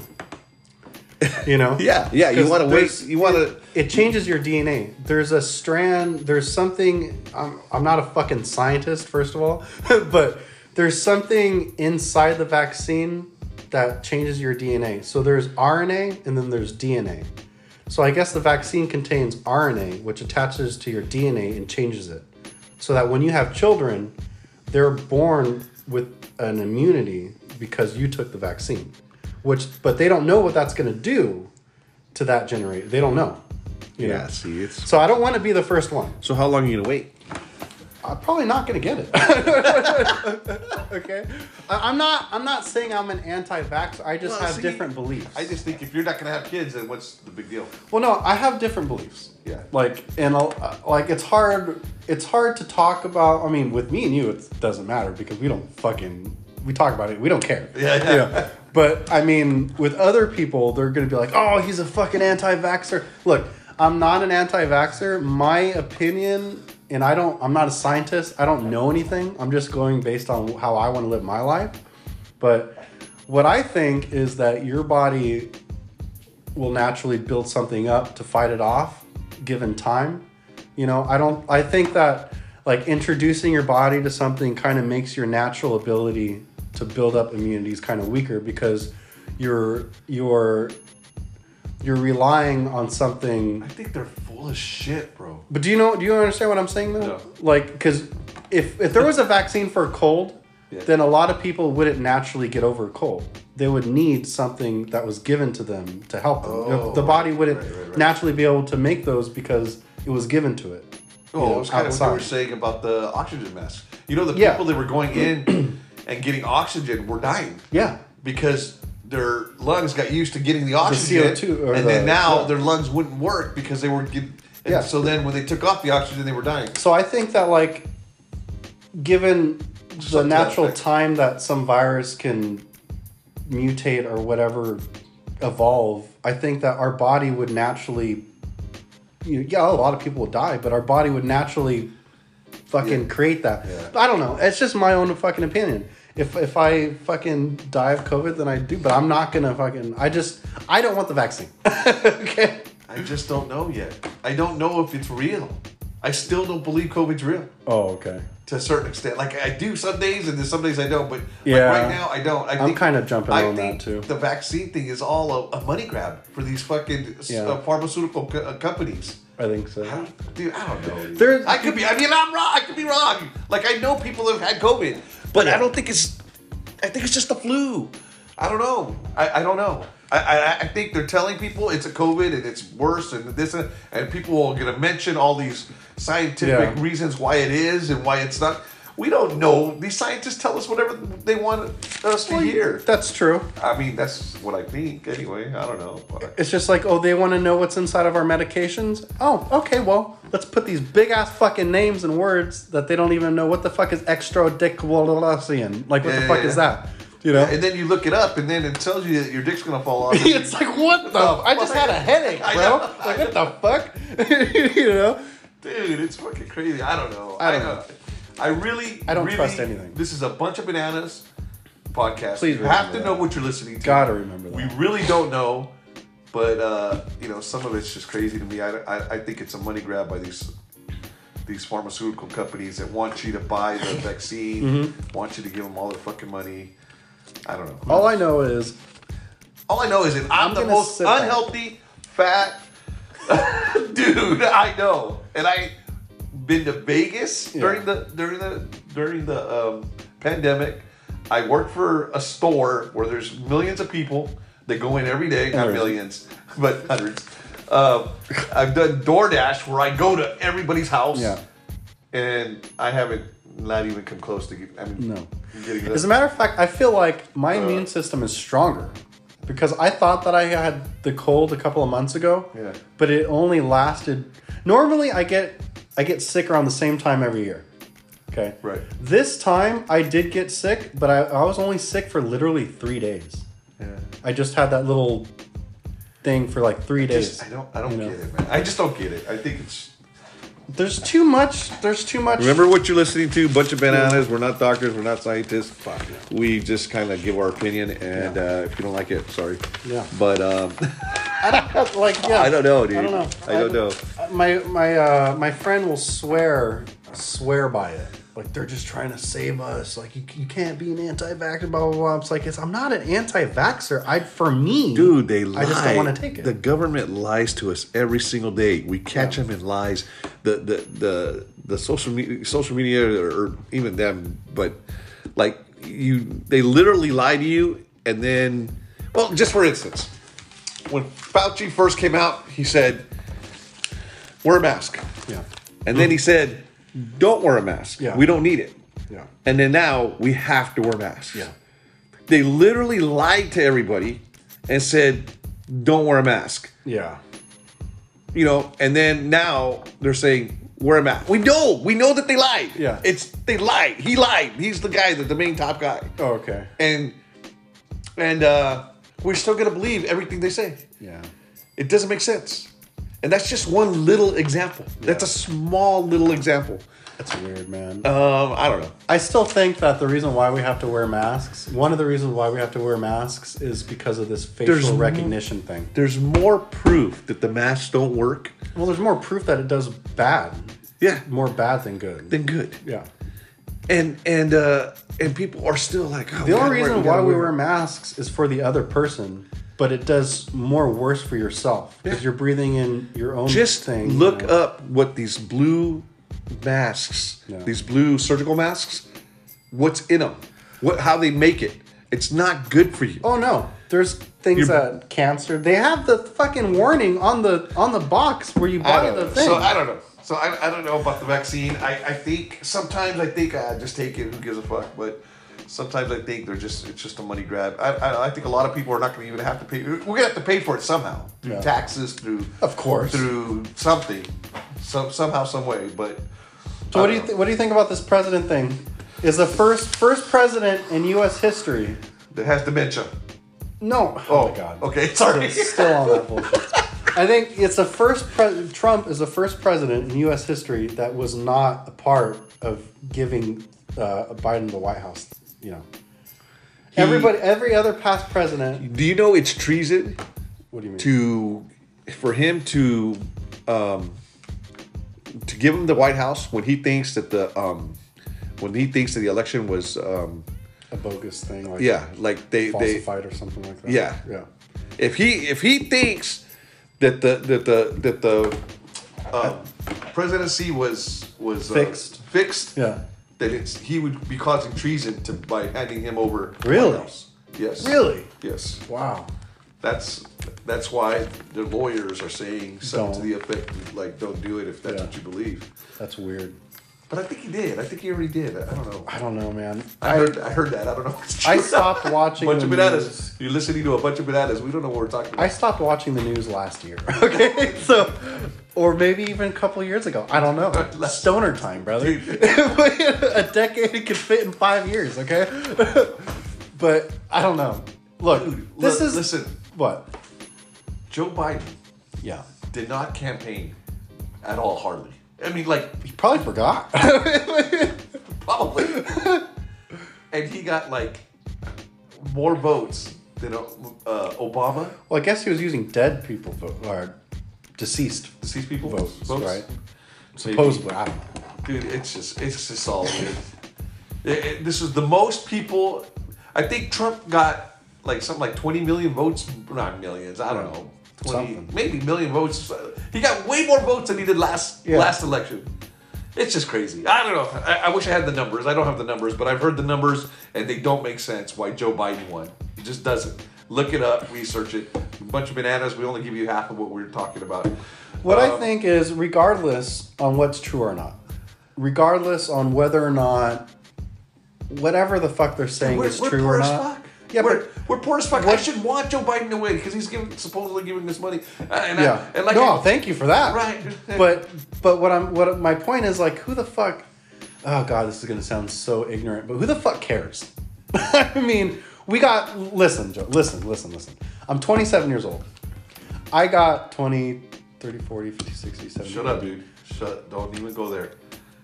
Speaker 4: you know
Speaker 5: Yeah, yeah. You
Speaker 4: 'Cause
Speaker 5: want to wait.
Speaker 4: there's-
Speaker 5: You want to.
Speaker 4: it changes your DNA. There's a strand, there's something, I'm, I'm not a fucking scientist, first of all, but there's something inside the vaccine that changes your DNA. So there's RNA and then there's DNA. So I guess the vaccine contains RNA, which attaches to your DNA and changes it. So that when you have children, they're born with an immunity because you took the vaccine. Which, but they don't know what that's going to do to that generation. They don't know. You
Speaker 5: Yeah.
Speaker 4: know?
Speaker 5: See, it's.
Speaker 4: So I don't want to be the first one.
Speaker 5: So how long are you gonna wait?
Speaker 4: I'm probably not going to get it. okay. I, I'm not. I'm not saying I'm an anti-vax. I just
Speaker 3: Well,
Speaker 4: have
Speaker 3: see,
Speaker 4: different beliefs.
Speaker 3: I just think if you're not gonna have kids, then what's the big deal?
Speaker 4: Well, no, I have different beliefs.
Speaker 3: Yeah.
Speaker 4: Like, and I'll, uh, like it's hard. It's hard to talk about. I mean, with me and you, it doesn't matter because we don't fucking we talk about it. We don't care.
Speaker 3: Yeah, yeah.
Speaker 4: But I mean, with other people, they're gonna be like, "Oh, he's a fucking anti-vaxer." Look, I'm not an anti-vaxer. My opinion, and I don't. I'm not a scientist. I don't know anything. I'm just going based on how I want to live my life. But what I think is that your body will naturally build something up to fight it off given time. You know, I don't I think that like introducing your body to something kind of makes your natural ability to build up immunities kind of weaker because you're you're you're relying on something
Speaker 3: I think they're full of shit, bro.
Speaker 4: but do you know? Do you understand what I'm saying though?
Speaker 3: No.
Speaker 4: Like, because if if there was a vaccine for a cold, then a lot of people wouldn't naturally get over a cold. They would need something that was given to them to help them. the body wouldn't naturally be able to make those because it was given to it. you
Speaker 3: Oh,
Speaker 4: know,
Speaker 3: it's kind of what
Speaker 4: outside.
Speaker 3: you were saying about the oxygen mask. You know, the
Speaker 4: Yeah.
Speaker 3: people that were going in and getting oxygen were dying.
Speaker 4: Yeah.
Speaker 3: Because their lungs got used to getting the oxygen,
Speaker 4: CO2 or
Speaker 3: and
Speaker 4: the-
Speaker 3: then now
Speaker 4: yeah.
Speaker 3: their lungs wouldn't work because they were getting. And
Speaker 4: Yeah.
Speaker 3: So then, when they took off the oxygen, they were dying.
Speaker 4: So I think that like, given the
Speaker 3: Something
Speaker 4: natural
Speaker 3: like that.
Speaker 4: time that some virus can mutate or whatever evolve, I think that our body would naturally, you know, yeah, a lot of people would die, but our body would naturally fucking
Speaker 3: Yeah.
Speaker 4: create that.
Speaker 3: Yeah.
Speaker 4: I don't know. It's just my own fucking opinion. If, if I fucking die of COVID, then I do, but I'm not gonna fucking. I just I don't want the vaccine. okay.
Speaker 3: I just don't know yet. I don't know if it's real. I still don't believe COVID's real
Speaker 4: Oh, okay.
Speaker 3: to a certain extent. Like I do some days, and then some days I don't. But
Speaker 4: Yeah.
Speaker 3: like right now, I don't. I
Speaker 4: I'm kind of jumping
Speaker 3: I
Speaker 4: on that,
Speaker 3: think
Speaker 4: too.
Speaker 3: The vaccine thing is all a, a money grab for these fucking s
Speaker 4: Yeah.
Speaker 3: uh, pharmaceutical co- uh, companies.
Speaker 4: I think so.
Speaker 3: I don't, dude, I don't know.
Speaker 4: There-
Speaker 3: I could be. I mean, I'm wrong. I could be wrong. Like I know people that have had COVID, but I don't think it's. I think it's just the flu. I don't know. I, I don't know. I, I, I think they're telling people it's a COVID and it's worse and this and, and people are gonna mention all these scientific
Speaker 4: Yeah.
Speaker 3: reasons why it is and why it's not. We don't know. These scientists tell us whatever they want us to hear.
Speaker 4: That's true.
Speaker 3: I mean, that's what I think anyway. I don't know.
Speaker 4: It's just like, oh, they want to know what's inside of our medications. Oh, okay, well, let's put these big ass fucking names and words that they don't even know what the fuck is extradictolacin. Like, what the
Speaker 3: Yeah,
Speaker 4: fuck
Speaker 3: yeah,
Speaker 4: is
Speaker 3: yeah.
Speaker 4: that? You know?
Speaker 3: And then you look it up, and then it tells you that your dick's gonna fall off.
Speaker 4: it's like, what the? I just had a headache,
Speaker 3: I
Speaker 4: bro.
Speaker 3: know.
Speaker 4: Like, what the fuck? you know?
Speaker 3: Dude, it's fucking crazy. I don't know.
Speaker 4: I don't know.
Speaker 3: I really.
Speaker 4: I don't
Speaker 3: really-
Speaker 4: trust anything.
Speaker 3: This is a bunch of bananas podcast.
Speaker 4: Please
Speaker 3: you have
Speaker 4: remember
Speaker 3: to
Speaker 4: that.
Speaker 3: know what you're listening to.
Speaker 4: Gotta remember that.
Speaker 3: We really don't know, but uh, you know, some of it's just crazy to me. I, I, I think it's a money grab by these these pharmaceutical companies that want you to buy the vaccine,
Speaker 4: Mm-hmm.
Speaker 3: want you to give them all their fucking money. I don't know.
Speaker 4: All I know is
Speaker 3: All I know is that I'm,
Speaker 4: I'm
Speaker 3: the
Speaker 4: gonna
Speaker 3: most
Speaker 4: sit back.
Speaker 3: unhealthy, fat dude I know, and I been to Vegas during the during the during the um, pandemic. I work for a store where there's millions of people that go in every day, not
Speaker 4: Hundreds.
Speaker 3: millions, but hundreds. Um, I've done DoorDash where I go to everybody's house,
Speaker 4: Yeah.
Speaker 3: and I haven't not even come close to. get- I mean,
Speaker 4: No.
Speaker 3: getting
Speaker 4: As a
Speaker 3: the,
Speaker 4: matter of fact, I feel like
Speaker 3: Uh.
Speaker 4: my immune system is stronger because I thought that I had the cold a couple of months ago.
Speaker 3: Yeah.
Speaker 4: But it only lasted. Normally, I get I get sick around the same time every year. Okay.
Speaker 3: Right.
Speaker 4: This time I did get sick, but I, I was only sick for literally three days.
Speaker 3: yeah.
Speaker 4: I just had that little thing for like three days.
Speaker 3: Just- I don't. I don't
Speaker 4: you know?
Speaker 3: get it, man. I just don't get it. I think it's.
Speaker 4: There's too much. There's too much.
Speaker 5: Remember what you're listening to? Bunch of bananas. We're not doctors. We're not scientists. We just kind of give our opinion, and uh, if you don't like it, sorry.
Speaker 4: Yeah.
Speaker 5: But um,
Speaker 4: like yeah.
Speaker 5: I don't know, dude.
Speaker 4: I don't know.
Speaker 5: I don't know.
Speaker 4: My my uh, my friend will swear swear by it. Like they're just trying to save us. Like you, you can't be an anti-vaxxer. Blah blah blah. It's like it's, I'm not an anti-vaxxer. I for me,
Speaker 5: Dude, they lie.
Speaker 4: I just don't want to take it.
Speaker 5: The government lies to us every single day. We catch them in lies. The the the the social media, social media, or, or even them, but like you, they literally lie to you, and then, well, just for instance, when Fauci first came out, he said, "Wear a mask."
Speaker 4: yeah,
Speaker 5: And then he said, "Don't wear a mask.
Speaker 4: Yeah.
Speaker 5: We don't need it."
Speaker 4: Yeah.
Speaker 5: And then now we have to wear masks.
Speaker 4: Yeah.
Speaker 5: They literally lied to everybody and said, "Don't wear a mask."
Speaker 4: yeah.
Speaker 5: You know, and then now they're saying, "Wear a mask." We know, we know that they lied.
Speaker 4: Yeah.
Speaker 5: It's they lied. He lied. He's the guy that the main top guy.
Speaker 4: Oh, okay.
Speaker 5: And and uh we're still going to believe everything they say.
Speaker 4: Yeah.
Speaker 5: It doesn't make sense. And that's just one little example. That's a small little example.
Speaker 4: That's weird, man.
Speaker 5: Um, I don't know.
Speaker 4: I still think that the reason why we have to wear masks, one of the reasons why we have to wear masks, is because of this facial
Speaker 5: There's no-
Speaker 4: recognition thing.
Speaker 5: there's more proof that the masks don't work
Speaker 4: Well, there's more proof that it does bad.
Speaker 5: Yeah.
Speaker 4: more bad than good.
Speaker 5: than good.
Speaker 4: yeah.
Speaker 5: And and uh and people are still like, oh,
Speaker 4: The
Speaker 5: gotta
Speaker 4: only
Speaker 5: wear it,
Speaker 4: reason why
Speaker 5: gotta
Speaker 4: we
Speaker 5: wear it.
Speaker 4: wear masks is for the other person, but it does more worse for yourself because you're breathing in your own
Speaker 5: just
Speaker 4: thing. you
Speaker 5: look
Speaker 4: know.
Speaker 5: up what these blue masks,
Speaker 4: Yeah.
Speaker 5: these blue surgical masks, what's in them, what how they make it. It's not good for you.
Speaker 4: Oh no, there's things
Speaker 5: You-
Speaker 4: that cancer. They have the fucking warning on the on the box where you buy the thing.
Speaker 3: So I don't know. So I, I don't know about the vaccine. I, I think sometimes I think I just take it. Who gives a fuck? But sometimes I think they're just it's just a money grab. I, I, I think a lot of people are not going to even have to pay. We're going to have to pay for it somehow through
Speaker 4: Yeah.
Speaker 3: taxes, through
Speaker 4: Of course.
Speaker 3: through something, some somehow, some way. But
Speaker 4: So what do you th- what do you think about this president thing? Is the first first president in U.S. history?
Speaker 3: that has dementia.
Speaker 4: No.
Speaker 3: Oh, Okay, sorry.
Speaker 4: It's still on that bullshit. I think it's the first pre- Trump is the first president in U.S. history that was not a part of giving uh, Biden the White House. You know, everybody, every other past president.
Speaker 5: Do you know it's treason
Speaker 4: What do you mean?
Speaker 5: to for him to
Speaker 3: um, to give him the White House when he thinks that the um, when he thinks that the election was um,
Speaker 4: a bogus thing. Like
Speaker 3: yeah, like they they
Speaker 4: falsified or something like that.
Speaker 3: Yeah.
Speaker 4: yeah.
Speaker 3: if he if he thinks that the that the that the uh, presidency was was uh,
Speaker 4: Fixed.
Speaker 3: fixed
Speaker 4: Yeah.
Speaker 3: that it's he would be causing treason to by handing him over to
Speaker 4: Really?
Speaker 3: White House. yes
Speaker 4: Really?
Speaker 3: yes
Speaker 4: Wow.
Speaker 3: that's that's why the lawyers are saying something to the
Speaker 4: Don't.
Speaker 3: effect of, like don't do it if that's
Speaker 4: Yeah.
Speaker 3: what you believe
Speaker 4: That's weird.
Speaker 3: but I think he did I think he already did I don't know
Speaker 4: I don't know, man.
Speaker 3: I heard I heard that I don't know if it's true
Speaker 4: I
Speaker 3: or not.
Speaker 4: stopped watching
Speaker 3: bunch
Speaker 4: the
Speaker 3: of bananas
Speaker 4: news.
Speaker 3: you're listening to a bunch of bananas we don't know what we're talking about
Speaker 4: I stopped watching the news last year. Okay, so or maybe even a couple years ago. I don't know.
Speaker 3: Last-
Speaker 4: Stoner time, brother.
Speaker 3: Dude.
Speaker 4: a decade could fit in five years. Okay, but I don't know. Look,
Speaker 3: Dude,
Speaker 4: this
Speaker 3: li-
Speaker 4: is
Speaker 3: listen.
Speaker 4: What?
Speaker 3: Joe Biden
Speaker 4: Yeah,
Speaker 3: did not campaign at all, hardly. I mean, like,
Speaker 4: he probably forgot.
Speaker 3: probably. and he got, like, more votes than uh, uh, Obama,
Speaker 4: well, I guess he was using dead people vote or deceased
Speaker 3: deceased people.
Speaker 4: votes, right?
Speaker 3: Maybe.
Speaker 4: Supposedly, I don't know.
Speaker 3: Dude, it's just, it's just all weird. It- it- this is the most people. I think Trump got, like, something like 20 million votes. Not millions, I don't know. 20,
Speaker 4: Something.
Speaker 3: Maybe million votes. He got way more votes than he did last
Speaker 4: Yeah.
Speaker 3: last election. It's just crazy. I don't know. I, I wish I had the numbers. I don't have the numbers, but I've heard the numbers and they don't make sense why Joe Biden won. He just doesn't. Look it up, research it. bunch of bananas. We only give you half of what we are talking about.
Speaker 4: What I
Speaker 3: Um,
Speaker 4: think is, regardless on what's true or not, regardless on whether or not whatever the fuck they're saying
Speaker 3: We're,
Speaker 4: is
Speaker 3: we're
Speaker 4: true
Speaker 3: poor
Speaker 4: or
Speaker 3: as
Speaker 4: not.
Speaker 3: fuck.
Speaker 4: Yeah,
Speaker 3: we're,
Speaker 4: but
Speaker 3: we're poor as fuck. I
Speaker 4: What-
Speaker 3: should want Joe Biden to win because he's giving supposedly giving us money. Uh, and
Speaker 4: yeah.
Speaker 3: I, and like
Speaker 4: no,
Speaker 3: I-
Speaker 4: thank you for that.
Speaker 3: Right.
Speaker 4: but but what I'm what my point is like, who the fuck? Oh god, this is gonna sound so ignorant, but who the fuck cares? I mean, we got listen, Joe, listen, listen, listen. I'm 27 years old. I got 20, 30, 40, 50, 60, 70.
Speaker 3: Shut up, dude. Shut. Don't even go there.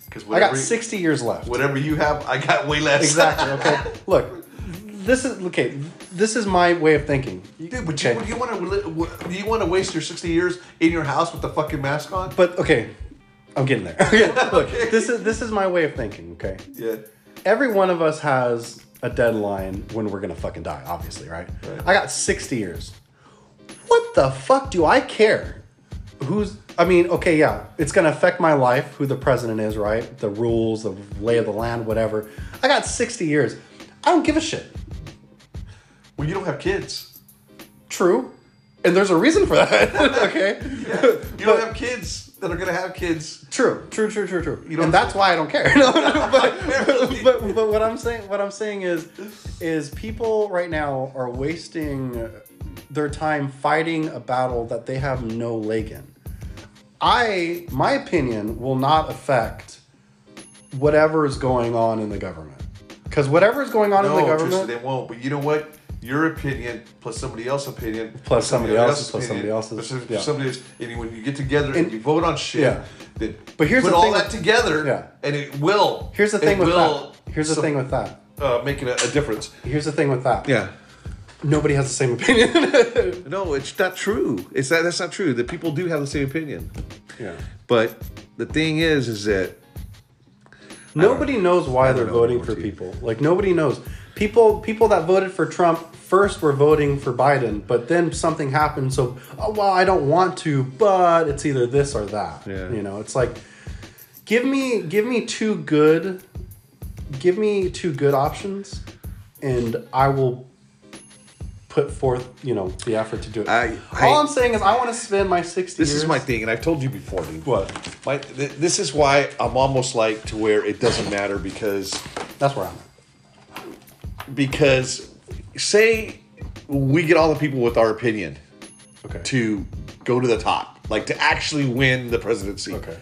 Speaker 3: Because
Speaker 4: I
Speaker 3: whatever,
Speaker 4: got 60 years left.
Speaker 3: whatever you have, I got way less.
Speaker 4: Exactly. Okay. Look, this is okay. This is my way of thinking.
Speaker 3: Dude, but
Speaker 4: okay.
Speaker 3: you, you want to you want to waste your sixty years in your house with the fucking mask on?
Speaker 4: but okay, I'm getting there. Okay, Look, this is this is my way of thinking. Okay.
Speaker 3: yeah,
Speaker 4: Every one of us has a deadline when we're gonna fucking die. Obviously, right?
Speaker 3: Right.
Speaker 4: I got 60 years. What the fuck do I care? Who's? I mean, okay, yeah, it's gonna affect my life. Who the president is, right? The rules, the lay of the land, whatever. I got 60 years. I don't give a shit.
Speaker 3: well, you don't have kids.
Speaker 4: True. And there's a reason for that. okay.
Speaker 3: You don't have kids that are gonna have kids.
Speaker 4: True. True. True. True. True.
Speaker 3: don't-
Speaker 4: and that's why I don't care. No, no, but, but but what I'm saying what I'm saying is is people right now are wasting their time fighting a battle that they have no leg in. I my opinion will not affect whatever is going on in the government because whatever is going on in the
Speaker 3: No, Tristan,
Speaker 4: government
Speaker 3: they won't. But you know what? Your opinion plus somebody else's opinion
Speaker 4: Plus somebody else's, plus somebody else's,
Speaker 3: plus some-
Speaker 4: yeah.
Speaker 3: somebody else's, and when you get together and,
Speaker 4: And-
Speaker 3: you vote on shit,
Speaker 4: yeah.
Speaker 3: then
Speaker 4: But here's
Speaker 3: put
Speaker 4: the
Speaker 3: all
Speaker 4: thing
Speaker 3: that
Speaker 4: with-
Speaker 3: together,
Speaker 4: yeah.
Speaker 3: and it will.
Speaker 4: here's the
Speaker 3: it
Speaker 4: thing with
Speaker 3: will
Speaker 4: that. Here's the
Speaker 3: some-
Speaker 4: thing with that.
Speaker 3: uh, making a, a difference.
Speaker 4: Here's the thing with that.
Speaker 3: Yeah.
Speaker 4: Nobody has the same opinion.
Speaker 3: No, it's not true. It's that that's not true. The people do have the same opinion.
Speaker 4: yeah.
Speaker 3: But the thing is, is that
Speaker 4: Nobody knows why they're
Speaker 3: know
Speaker 4: voting
Speaker 3: more
Speaker 4: for
Speaker 3: to you.
Speaker 4: people. Like nobody knows. People people that voted for Trump first were voting for Biden, but then something happened. So oh, well, I don't want to, but it's either this or that.
Speaker 3: Yeah.
Speaker 4: You know, it's like give me give me two good give me two good options, and I will put forth you know the effort to do it.
Speaker 3: I-
Speaker 4: All
Speaker 3: I-
Speaker 4: I'm saying is I want to spend my sixty.
Speaker 3: this is
Speaker 4: years-
Speaker 3: my thing, and I've told you before, dude.
Speaker 4: What?
Speaker 3: My, th- this is why I'm almost like to where it doesn't matter because
Speaker 4: That's where I'm. at.
Speaker 3: because say we get all the people with our opinion
Speaker 4: Okay.
Speaker 3: to go to the top, like to actually win the presidency.
Speaker 4: Okay.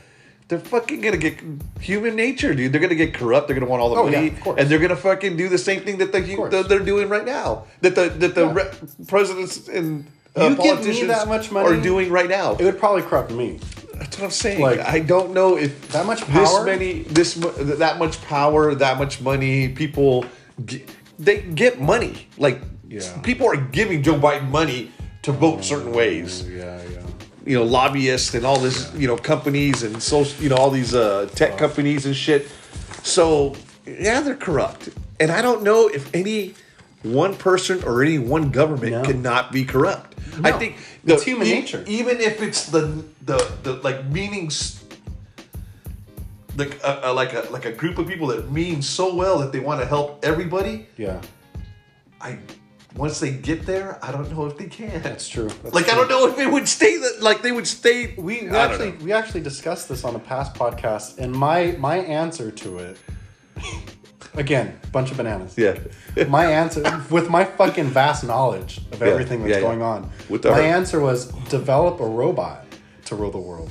Speaker 3: They're fucking gonna get human nature, dude. They're gonna get corrupt. They're gonna want all the
Speaker 4: Oh, yeah,
Speaker 3: money,
Speaker 4: of course.
Speaker 3: and they're gonna fucking do the same thing that the, hu-
Speaker 4: course.
Speaker 3: that they're doing right now. That the that the
Speaker 4: Yeah.
Speaker 3: re- presidents and
Speaker 4: You
Speaker 3: uh,
Speaker 4: give me
Speaker 3: politicians
Speaker 4: that much money-
Speaker 3: are doing right now.
Speaker 4: It would probably corrupt me.
Speaker 3: That's what I'm saying.
Speaker 4: Like-
Speaker 3: I don't know if
Speaker 4: That much
Speaker 3: this
Speaker 4: power?
Speaker 3: many, this mu- th- that much power, that much money. People, g- they get money. Like
Speaker 4: Yeah.
Speaker 3: people are giving Joe Biden money to vote certain ways.
Speaker 4: Yeah, yeah.
Speaker 3: you know lobbyists and all this you know companies and social you know all these uh, tech companies and shit. So yeah, they're corrupt, and I don't know if any one person or any one government
Speaker 4: No.
Speaker 3: cannot be corrupt. I think e-,
Speaker 4: It's human nature.
Speaker 3: Even if it's the the, the like meanings like a, a, like a like a group of people that mean so well that they want to help everybody.
Speaker 4: Yeah,
Speaker 3: I once they get there, I don't know if they can.
Speaker 4: that's true. That's
Speaker 3: like I don't
Speaker 4: true.
Speaker 3: know if it would stay that like they would stay.
Speaker 4: We, we
Speaker 3: I don't
Speaker 4: actually
Speaker 3: know.
Speaker 4: we actually discussed this on a past podcast, and my my answer to it, again, bunch of bananas.
Speaker 3: yeah
Speaker 4: my answer with my fucking vast knowledge of everything that's
Speaker 3: yeah, yeah.
Speaker 4: going on
Speaker 3: With the
Speaker 4: my
Speaker 3: her-
Speaker 4: answer was develop a robot to rule the world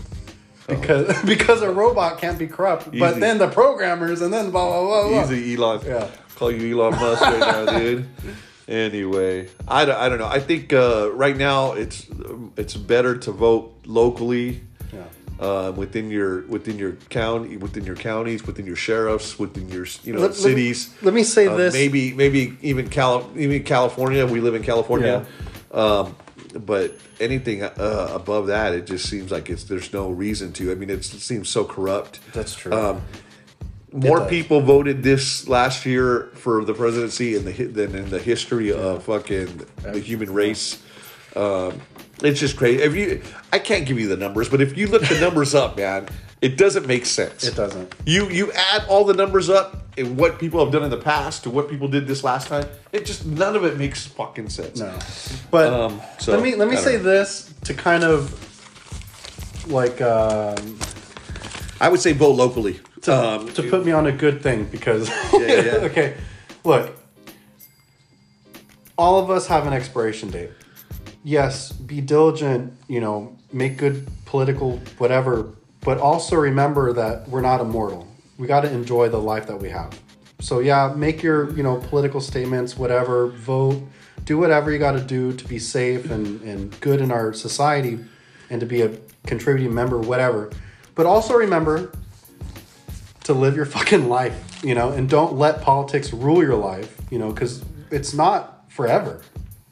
Speaker 4: because because a robot can't be corrupt but
Speaker 3: Easy.
Speaker 4: then the programmers and then blah blah blah, blah.
Speaker 3: easy Elon.
Speaker 4: Yeah.
Speaker 3: call you Elon Musk right now, dude. Anyway, I don't, I don't know. I think uh, right now it's it's better to vote locally.
Speaker 4: Yeah.
Speaker 3: Uh, within your within your county, within your counties, within your sheriffs, within your you know
Speaker 4: Let- let me-
Speaker 3: cities.
Speaker 4: let me say
Speaker 3: Uh,
Speaker 4: this.
Speaker 3: Maybe maybe even Cal even California. We live in California, um, but anything uh, above that, it just seems like it's there's no reason to. I mean, it's, it seems so corrupt.
Speaker 4: that's true
Speaker 3: Um, more
Speaker 4: does.
Speaker 3: people voted this last year for the presidency in the hi- than in the history of fucking the human race. Um, it's just crazy. If you, I can't give you the numbers, but if you look the numbers up, man, it doesn't make sense.
Speaker 4: It doesn't.
Speaker 3: You you add all the numbers up and what people have done in the past to what people did this last time. It just none of it makes fucking sense.
Speaker 4: no but
Speaker 3: Um, so,
Speaker 4: let me let me
Speaker 3: I don't
Speaker 4: say
Speaker 3: know.
Speaker 4: this to kind of like um,
Speaker 3: I would say vote locally.
Speaker 4: to,
Speaker 3: Um,
Speaker 4: to put me on a good thing because
Speaker 3: yeah, yeah.
Speaker 4: okay look all of us have an expiration date yes be diligent you know make good political whatever but also remember that we're not immortal we got to enjoy the life that we have so yeah make your you know political statements whatever vote do whatever you got to do to be safe and, and good in our society and to be a contributing member whatever but also remember to live your fucking life, you know, and don't let politics rule your life, you know, because it's not forever,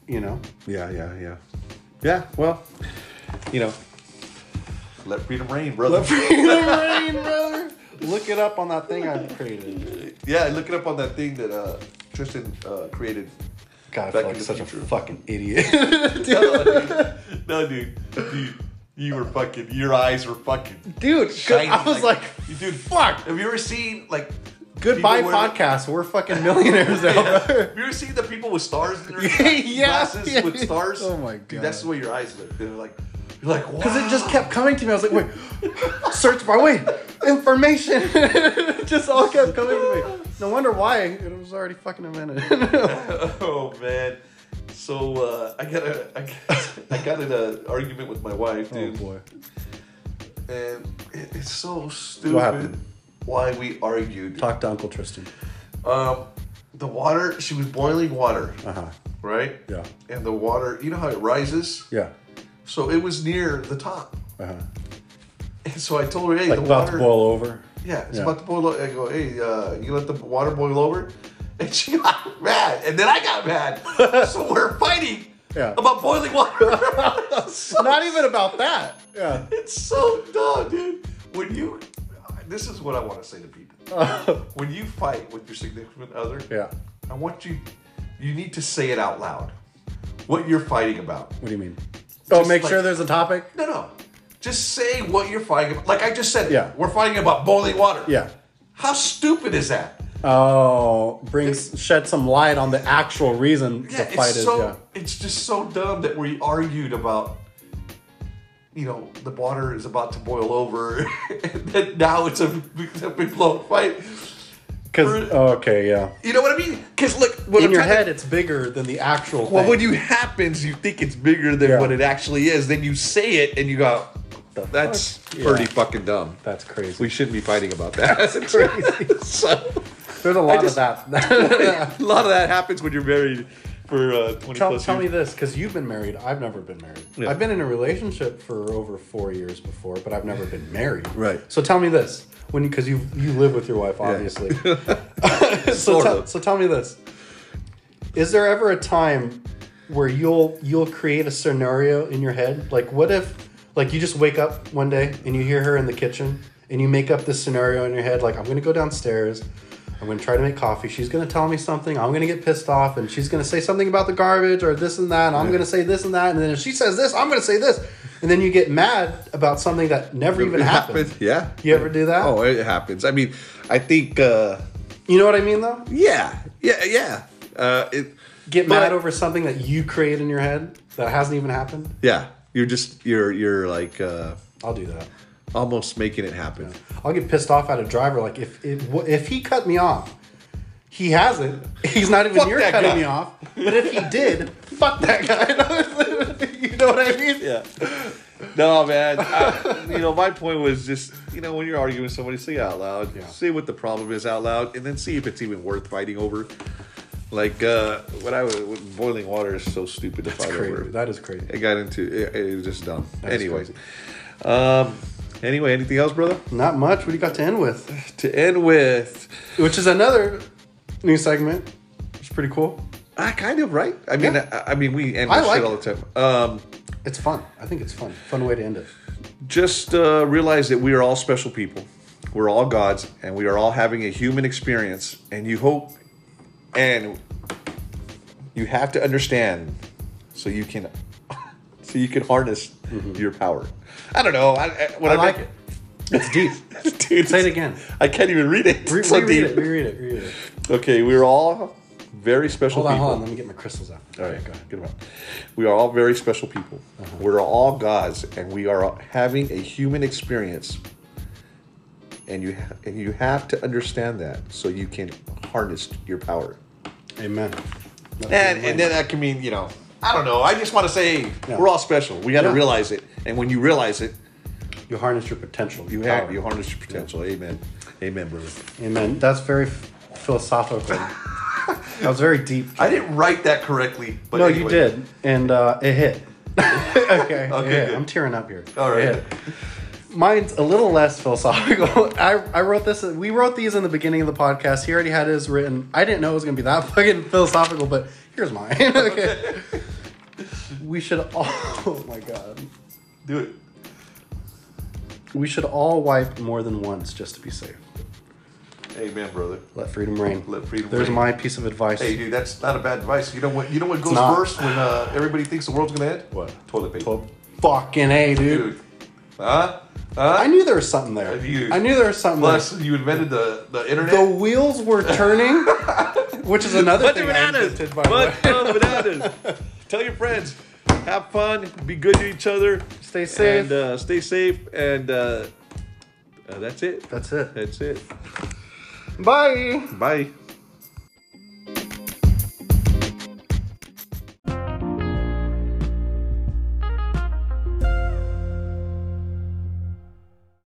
Speaker 4: you know.
Speaker 3: Yeah, yeah, yeah. Yeah, well, you know, let freedom reign, brother.
Speaker 4: Look it up on that thing I created.
Speaker 3: yeah, look it up on that thing that uh, Tristan uh, created.
Speaker 4: God, I
Speaker 3: Back
Speaker 4: feel like
Speaker 3: in the
Speaker 4: such a
Speaker 3: future.
Speaker 4: fucking idiot.
Speaker 3: No, dude, you, you were fucking, your eyes were fucking
Speaker 4: Dude,
Speaker 3: shiny.
Speaker 4: I was like,
Speaker 3: you, dude, fuck. Have you ever seen, like,
Speaker 4: goodbye
Speaker 3: people wearing-
Speaker 4: podcast. We're fucking millionaires now, brother.
Speaker 3: Have you ever seen the people with stars in their
Speaker 4: Yeah,
Speaker 3: glasses
Speaker 4: yeah.
Speaker 3: with stars?
Speaker 4: Oh my
Speaker 3: Dude,
Speaker 4: God.
Speaker 3: that's the way your eyes look. They're like, you're like, wow.
Speaker 4: Because it just kept coming to me. I was like, wait, search my way. Information. It just all kept coming to me. No wonder why. It was already fucking a minute.
Speaker 3: Oh man. So uh, I got a I got, I got in an argument with my
Speaker 4: Oh,
Speaker 3: wife, dude. And it, it's so stupid
Speaker 4: happened?
Speaker 3: why we argued.
Speaker 4: Talk to Uncle Tristan.
Speaker 3: Um, the water. She was boiling water,
Speaker 4: Uh-huh.
Speaker 3: right?
Speaker 4: Yeah.
Speaker 3: And the water. You know how it rises.
Speaker 4: Yeah.
Speaker 3: So it was near the top.
Speaker 4: Uh-huh.
Speaker 3: And so I told her, hey,
Speaker 4: Like
Speaker 3: the
Speaker 4: about
Speaker 3: water.
Speaker 4: to boil over.
Speaker 3: Yeah, it's
Speaker 4: Yeah.
Speaker 3: about to boil over. I go, hey, uh, you let the water boil over? And she got mad. And then I got mad. so we're fighting
Speaker 4: Yeah.
Speaker 3: about boiling water. So-
Speaker 4: Not even about that. Yeah.
Speaker 3: It's so dumb, dude. When you, this is what I want to say to people. when you fight with your significant other,
Speaker 4: Yeah.
Speaker 3: I want you, you need to say it out loud. What you're fighting about.
Speaker 4: What do you mean? Oh,
Speaker 3: Just
Speaker 4: make
Speaker 3: like-
Speaker 4: sure there's a topic.
Speaker 3: No, no. Just say what you're fighting about. Like I just said,
Speaker 4: Yeah.
Speaker 3: we're fighting about boiling water.
Speaker 4: Yeah.
Speaker 3: How stupid is that?
Speaker 4: Oh, brings shed some light on the actual reason
Speaker 3: Yeah,
Speaker 4: the fight
Speaker 3: it's
Speaker 4: is.
Speaker 3: so
Speaker 4: yeah.
Speaker 3: it's just so dumb that we argued about you know the water is about to boil over and then now it's a, it's a big blown fight.
Speaker 4: Because okay, yeah.
Speaker 3: You know what I mean? Because look, what
Speaker 4: In
Speaker 3: I'm
Speaker 4: your
Speaker 3: trying to-
Speaker 4: head, it's bigger than the actual.
Speaker 3: well,
Speaker 4: thing.
Speaker 3: when you happens, you think it's bigger than
Speaker 4: Yeah.
Speaker 3: what it actually is. Then you say it, and you go, "That's
Speaker 4: fuck?"
Speaker 3: pretty
Speaker 4: Yeah.
Speaker 3: fucking dumb.
Speaker 4: That's crazy.
Speaker 3: We shouldn't be fighting about that." That's
Speaker 4: crazy.
Speaker 3: so,
Speaker 4: There's a lot
Speaker 3: just-
Speaker 4: of that.
Speaker 3: a lot of that happens when you're married for uh, twenty
Speaker 4: tell,
Speaker 3: plus
Speaker 4: tell me
Speaker 3: years.
Speaker 4: this, because you've been married. I've never been married.
Speaker 3: Yeah.
Speaker 4: I've been in a relationship for over four years before, but I've never been married.
Speaker 3: Right.
Speaker 4: So tell me this, when because you you live with your wife, obviously. so,
Speaker 3: Sort
Speaker 4: tell
Speaker 3: of.
Speaker 4: so tell me this: Is there ever a time where you'll you'll create a scenario in your head, like what if Like you just wake up one day and you hear her in the kitchen and you make up this scenario in your head like I'm going to go downstairs. I'm going to try to make coffee. She's going to tell me something. I'm going to get pissed off and she's going to say something about the garbage or this and that. And I'm going to say this and that. And then if she says this, I'm going to say this. And then you get mad about something that never even
Speaker 3: It
Speaker 4: happened.
Speaker 3: Yeah.
Speaker 4: You ever do that?
Speaker 3: Oh, it happens. I mean, I think. uh
Speaker 4: You know what I mean though?
Speaker 3: Yeah. Yeah. Yeah. Uh, it.
Speaker 4: Get
Speaker 3: But-
Speaker 4: mad over something that you create in your head that hasn't even happened.
Speaker 3: Yeah. You're just you're you're like uh
Speaker 4: I'll do that.
Speaker 3: almost making it happen.
Speaker 4: I'll get pissed off at a driver. Like if if, if he cut me off, he hasn't. He's not even
Speaker 3: Fuck
Speaker 4: near
Speaker 3: that
Speaker 4: cutting
Speaker 3: guy.
Speaker 4: me off. But if he did, fuck that guy. you know what I mean?
Speaker 3: Yeah. No, man. I, you know, my point was just, you know, when you're arguing with somebody, say it out loud,
Speaker 4: Yeah.
Speaker 3: say what the problem is out loud, and then see if it's even worth fighting over. Like, uh, what I was, boiling water is so stupid to fight
Speaker 4: That's
Speaker 3: over.
Speaker 4: crazy. That is crazy.
Speaker 3: it got into, it, it was just dumb.
Speaker 4: That is
Speaker 3: Anyways.
Speaker 4: crazy.
Speaker 3: Um, anyway, anything else, brother?
Speaker 4: Not much. What do you got to end with?
Speaker 3: To end with,
Speaker 4: Which is another new segment. It's pretty cool.
Speaker 3: I kind of, right? I mean,
Speaker 4: Yeah.
Speaker 3: I, I mean, we end
Speaker 4: I
Speaker 3: with
Speaker 4: like
Speaker 3: shit all the time. Um,
Speaker 4: It's fun. I think it's fun. Fun way to end it.
Speaker 3: just uh, realize that we are all special people. We're all gods, and we are all having a human experience. And you hope, and you have to understand, so you can, so you can harness your power. I don't know. I, I, when I,
Speaker 4: Mm-hmm. like
Speaker 3: make-
Speaker 4: It's deep.
Speaker 3: Dude,
Speaker 4: Say it again.
Speaker 3: I can't even read it.
Speaker 4: Re-
Speaker 3: It's so
Speaker 4: reread
Speaker 3: deep.
Speaker 4: it. Reread it. Reread it.
Speaker 3: Okay, we're all very special
Speaker 4: Hold on.
Speaker 3: people.
Speaker 4: Hold on. Let me get my crystals out.
Speaker 3: All right, Good one. We are all very special people. We're all gods, and we are having a human experience. And you ha- and you have to understand that, so you can harness your power.
Speaker 4: Amen.
Speaker 3: And and then that can mean you know I don't know. I just want to say
Speaker 4: Yeah.
Speaker 3: we're all special. We got to
Speaker 4: Yeah.
Speaker 3: realize it, and when you realize it,
Speaker 4: you harness your potential.
Speaker 3: you
Speaker 4: your
Speaker 3: have
Speaker 4: power.
Speaker 3: you harness your potential. Amen. Amen, brother.
Speaker 4: Amen. That's very f- philosophical. that was very deep.
Speaker 3: I didn't write that correctly, but
Speaker 4: no, you
Speaker 3: anyway.
Speaker 4: did, and uh, it hit. okay.
Speaker 3: Okay,
Speaker 4: Okay.
Speaker 3: good.
Speaker 4: I'm tearing up here.
Speaker 3: All right.
Speaker 4: It hit. Mine's a little less philosophical. I, I wrote this. We wrote these in the beginning of the podcast. He already had his written. I didn't know it was gonna be that fucking philosophical, but here's mine. okay. we should all. Oh my god.
Speaker 3: Do it.
Speaker 4: We should all wipe more than once just to be safe.
Speaker 3: Amen, brother.
Speaker 4: Let freedom reign.
Speaker 3: Let freedom
Speaker 4: There's
Speaker 3: reign.
Speaker 4: my piece of advice.
Speaker 3: Hey, dude, that's not a bad advice. You know what? You know what goes
Speaker 4: not.
Speaker 3: first when uh, everybody thinks the world's gonna end?
Speaker 4: What?
Speaker 3: Toilet paper.
Speaker 4: Well, fucking a, dude.
Speaker 3: dude. Huh? Huh?
Speaker 4: I knew there was something there.
Speaker 3: You-
Speaker 4: I knew there was something
Speaker 3: Plus,
Speaker 4: there.
Speaker 3: you invented the the internet.
Speaker 4: The wheels were turning, which is another
Speaker 3: Bunch
Speaker 4: thing
Speaker 3: of
Speaker 4: I
Speaker 3: bananas.
Speaker 4: invented, by the way.
Speaker 3: Bunch of bananas. Tell your friends. Have fun. Be good to each other.
Speaker 4: Stay safe.
Speaker 3: And uh, stay safe. And uh, uh, that's it.
Speaker 4: That's it.
Speaker 3: That's it.
Speaker 4: Bye.
Speaker 3: Bye.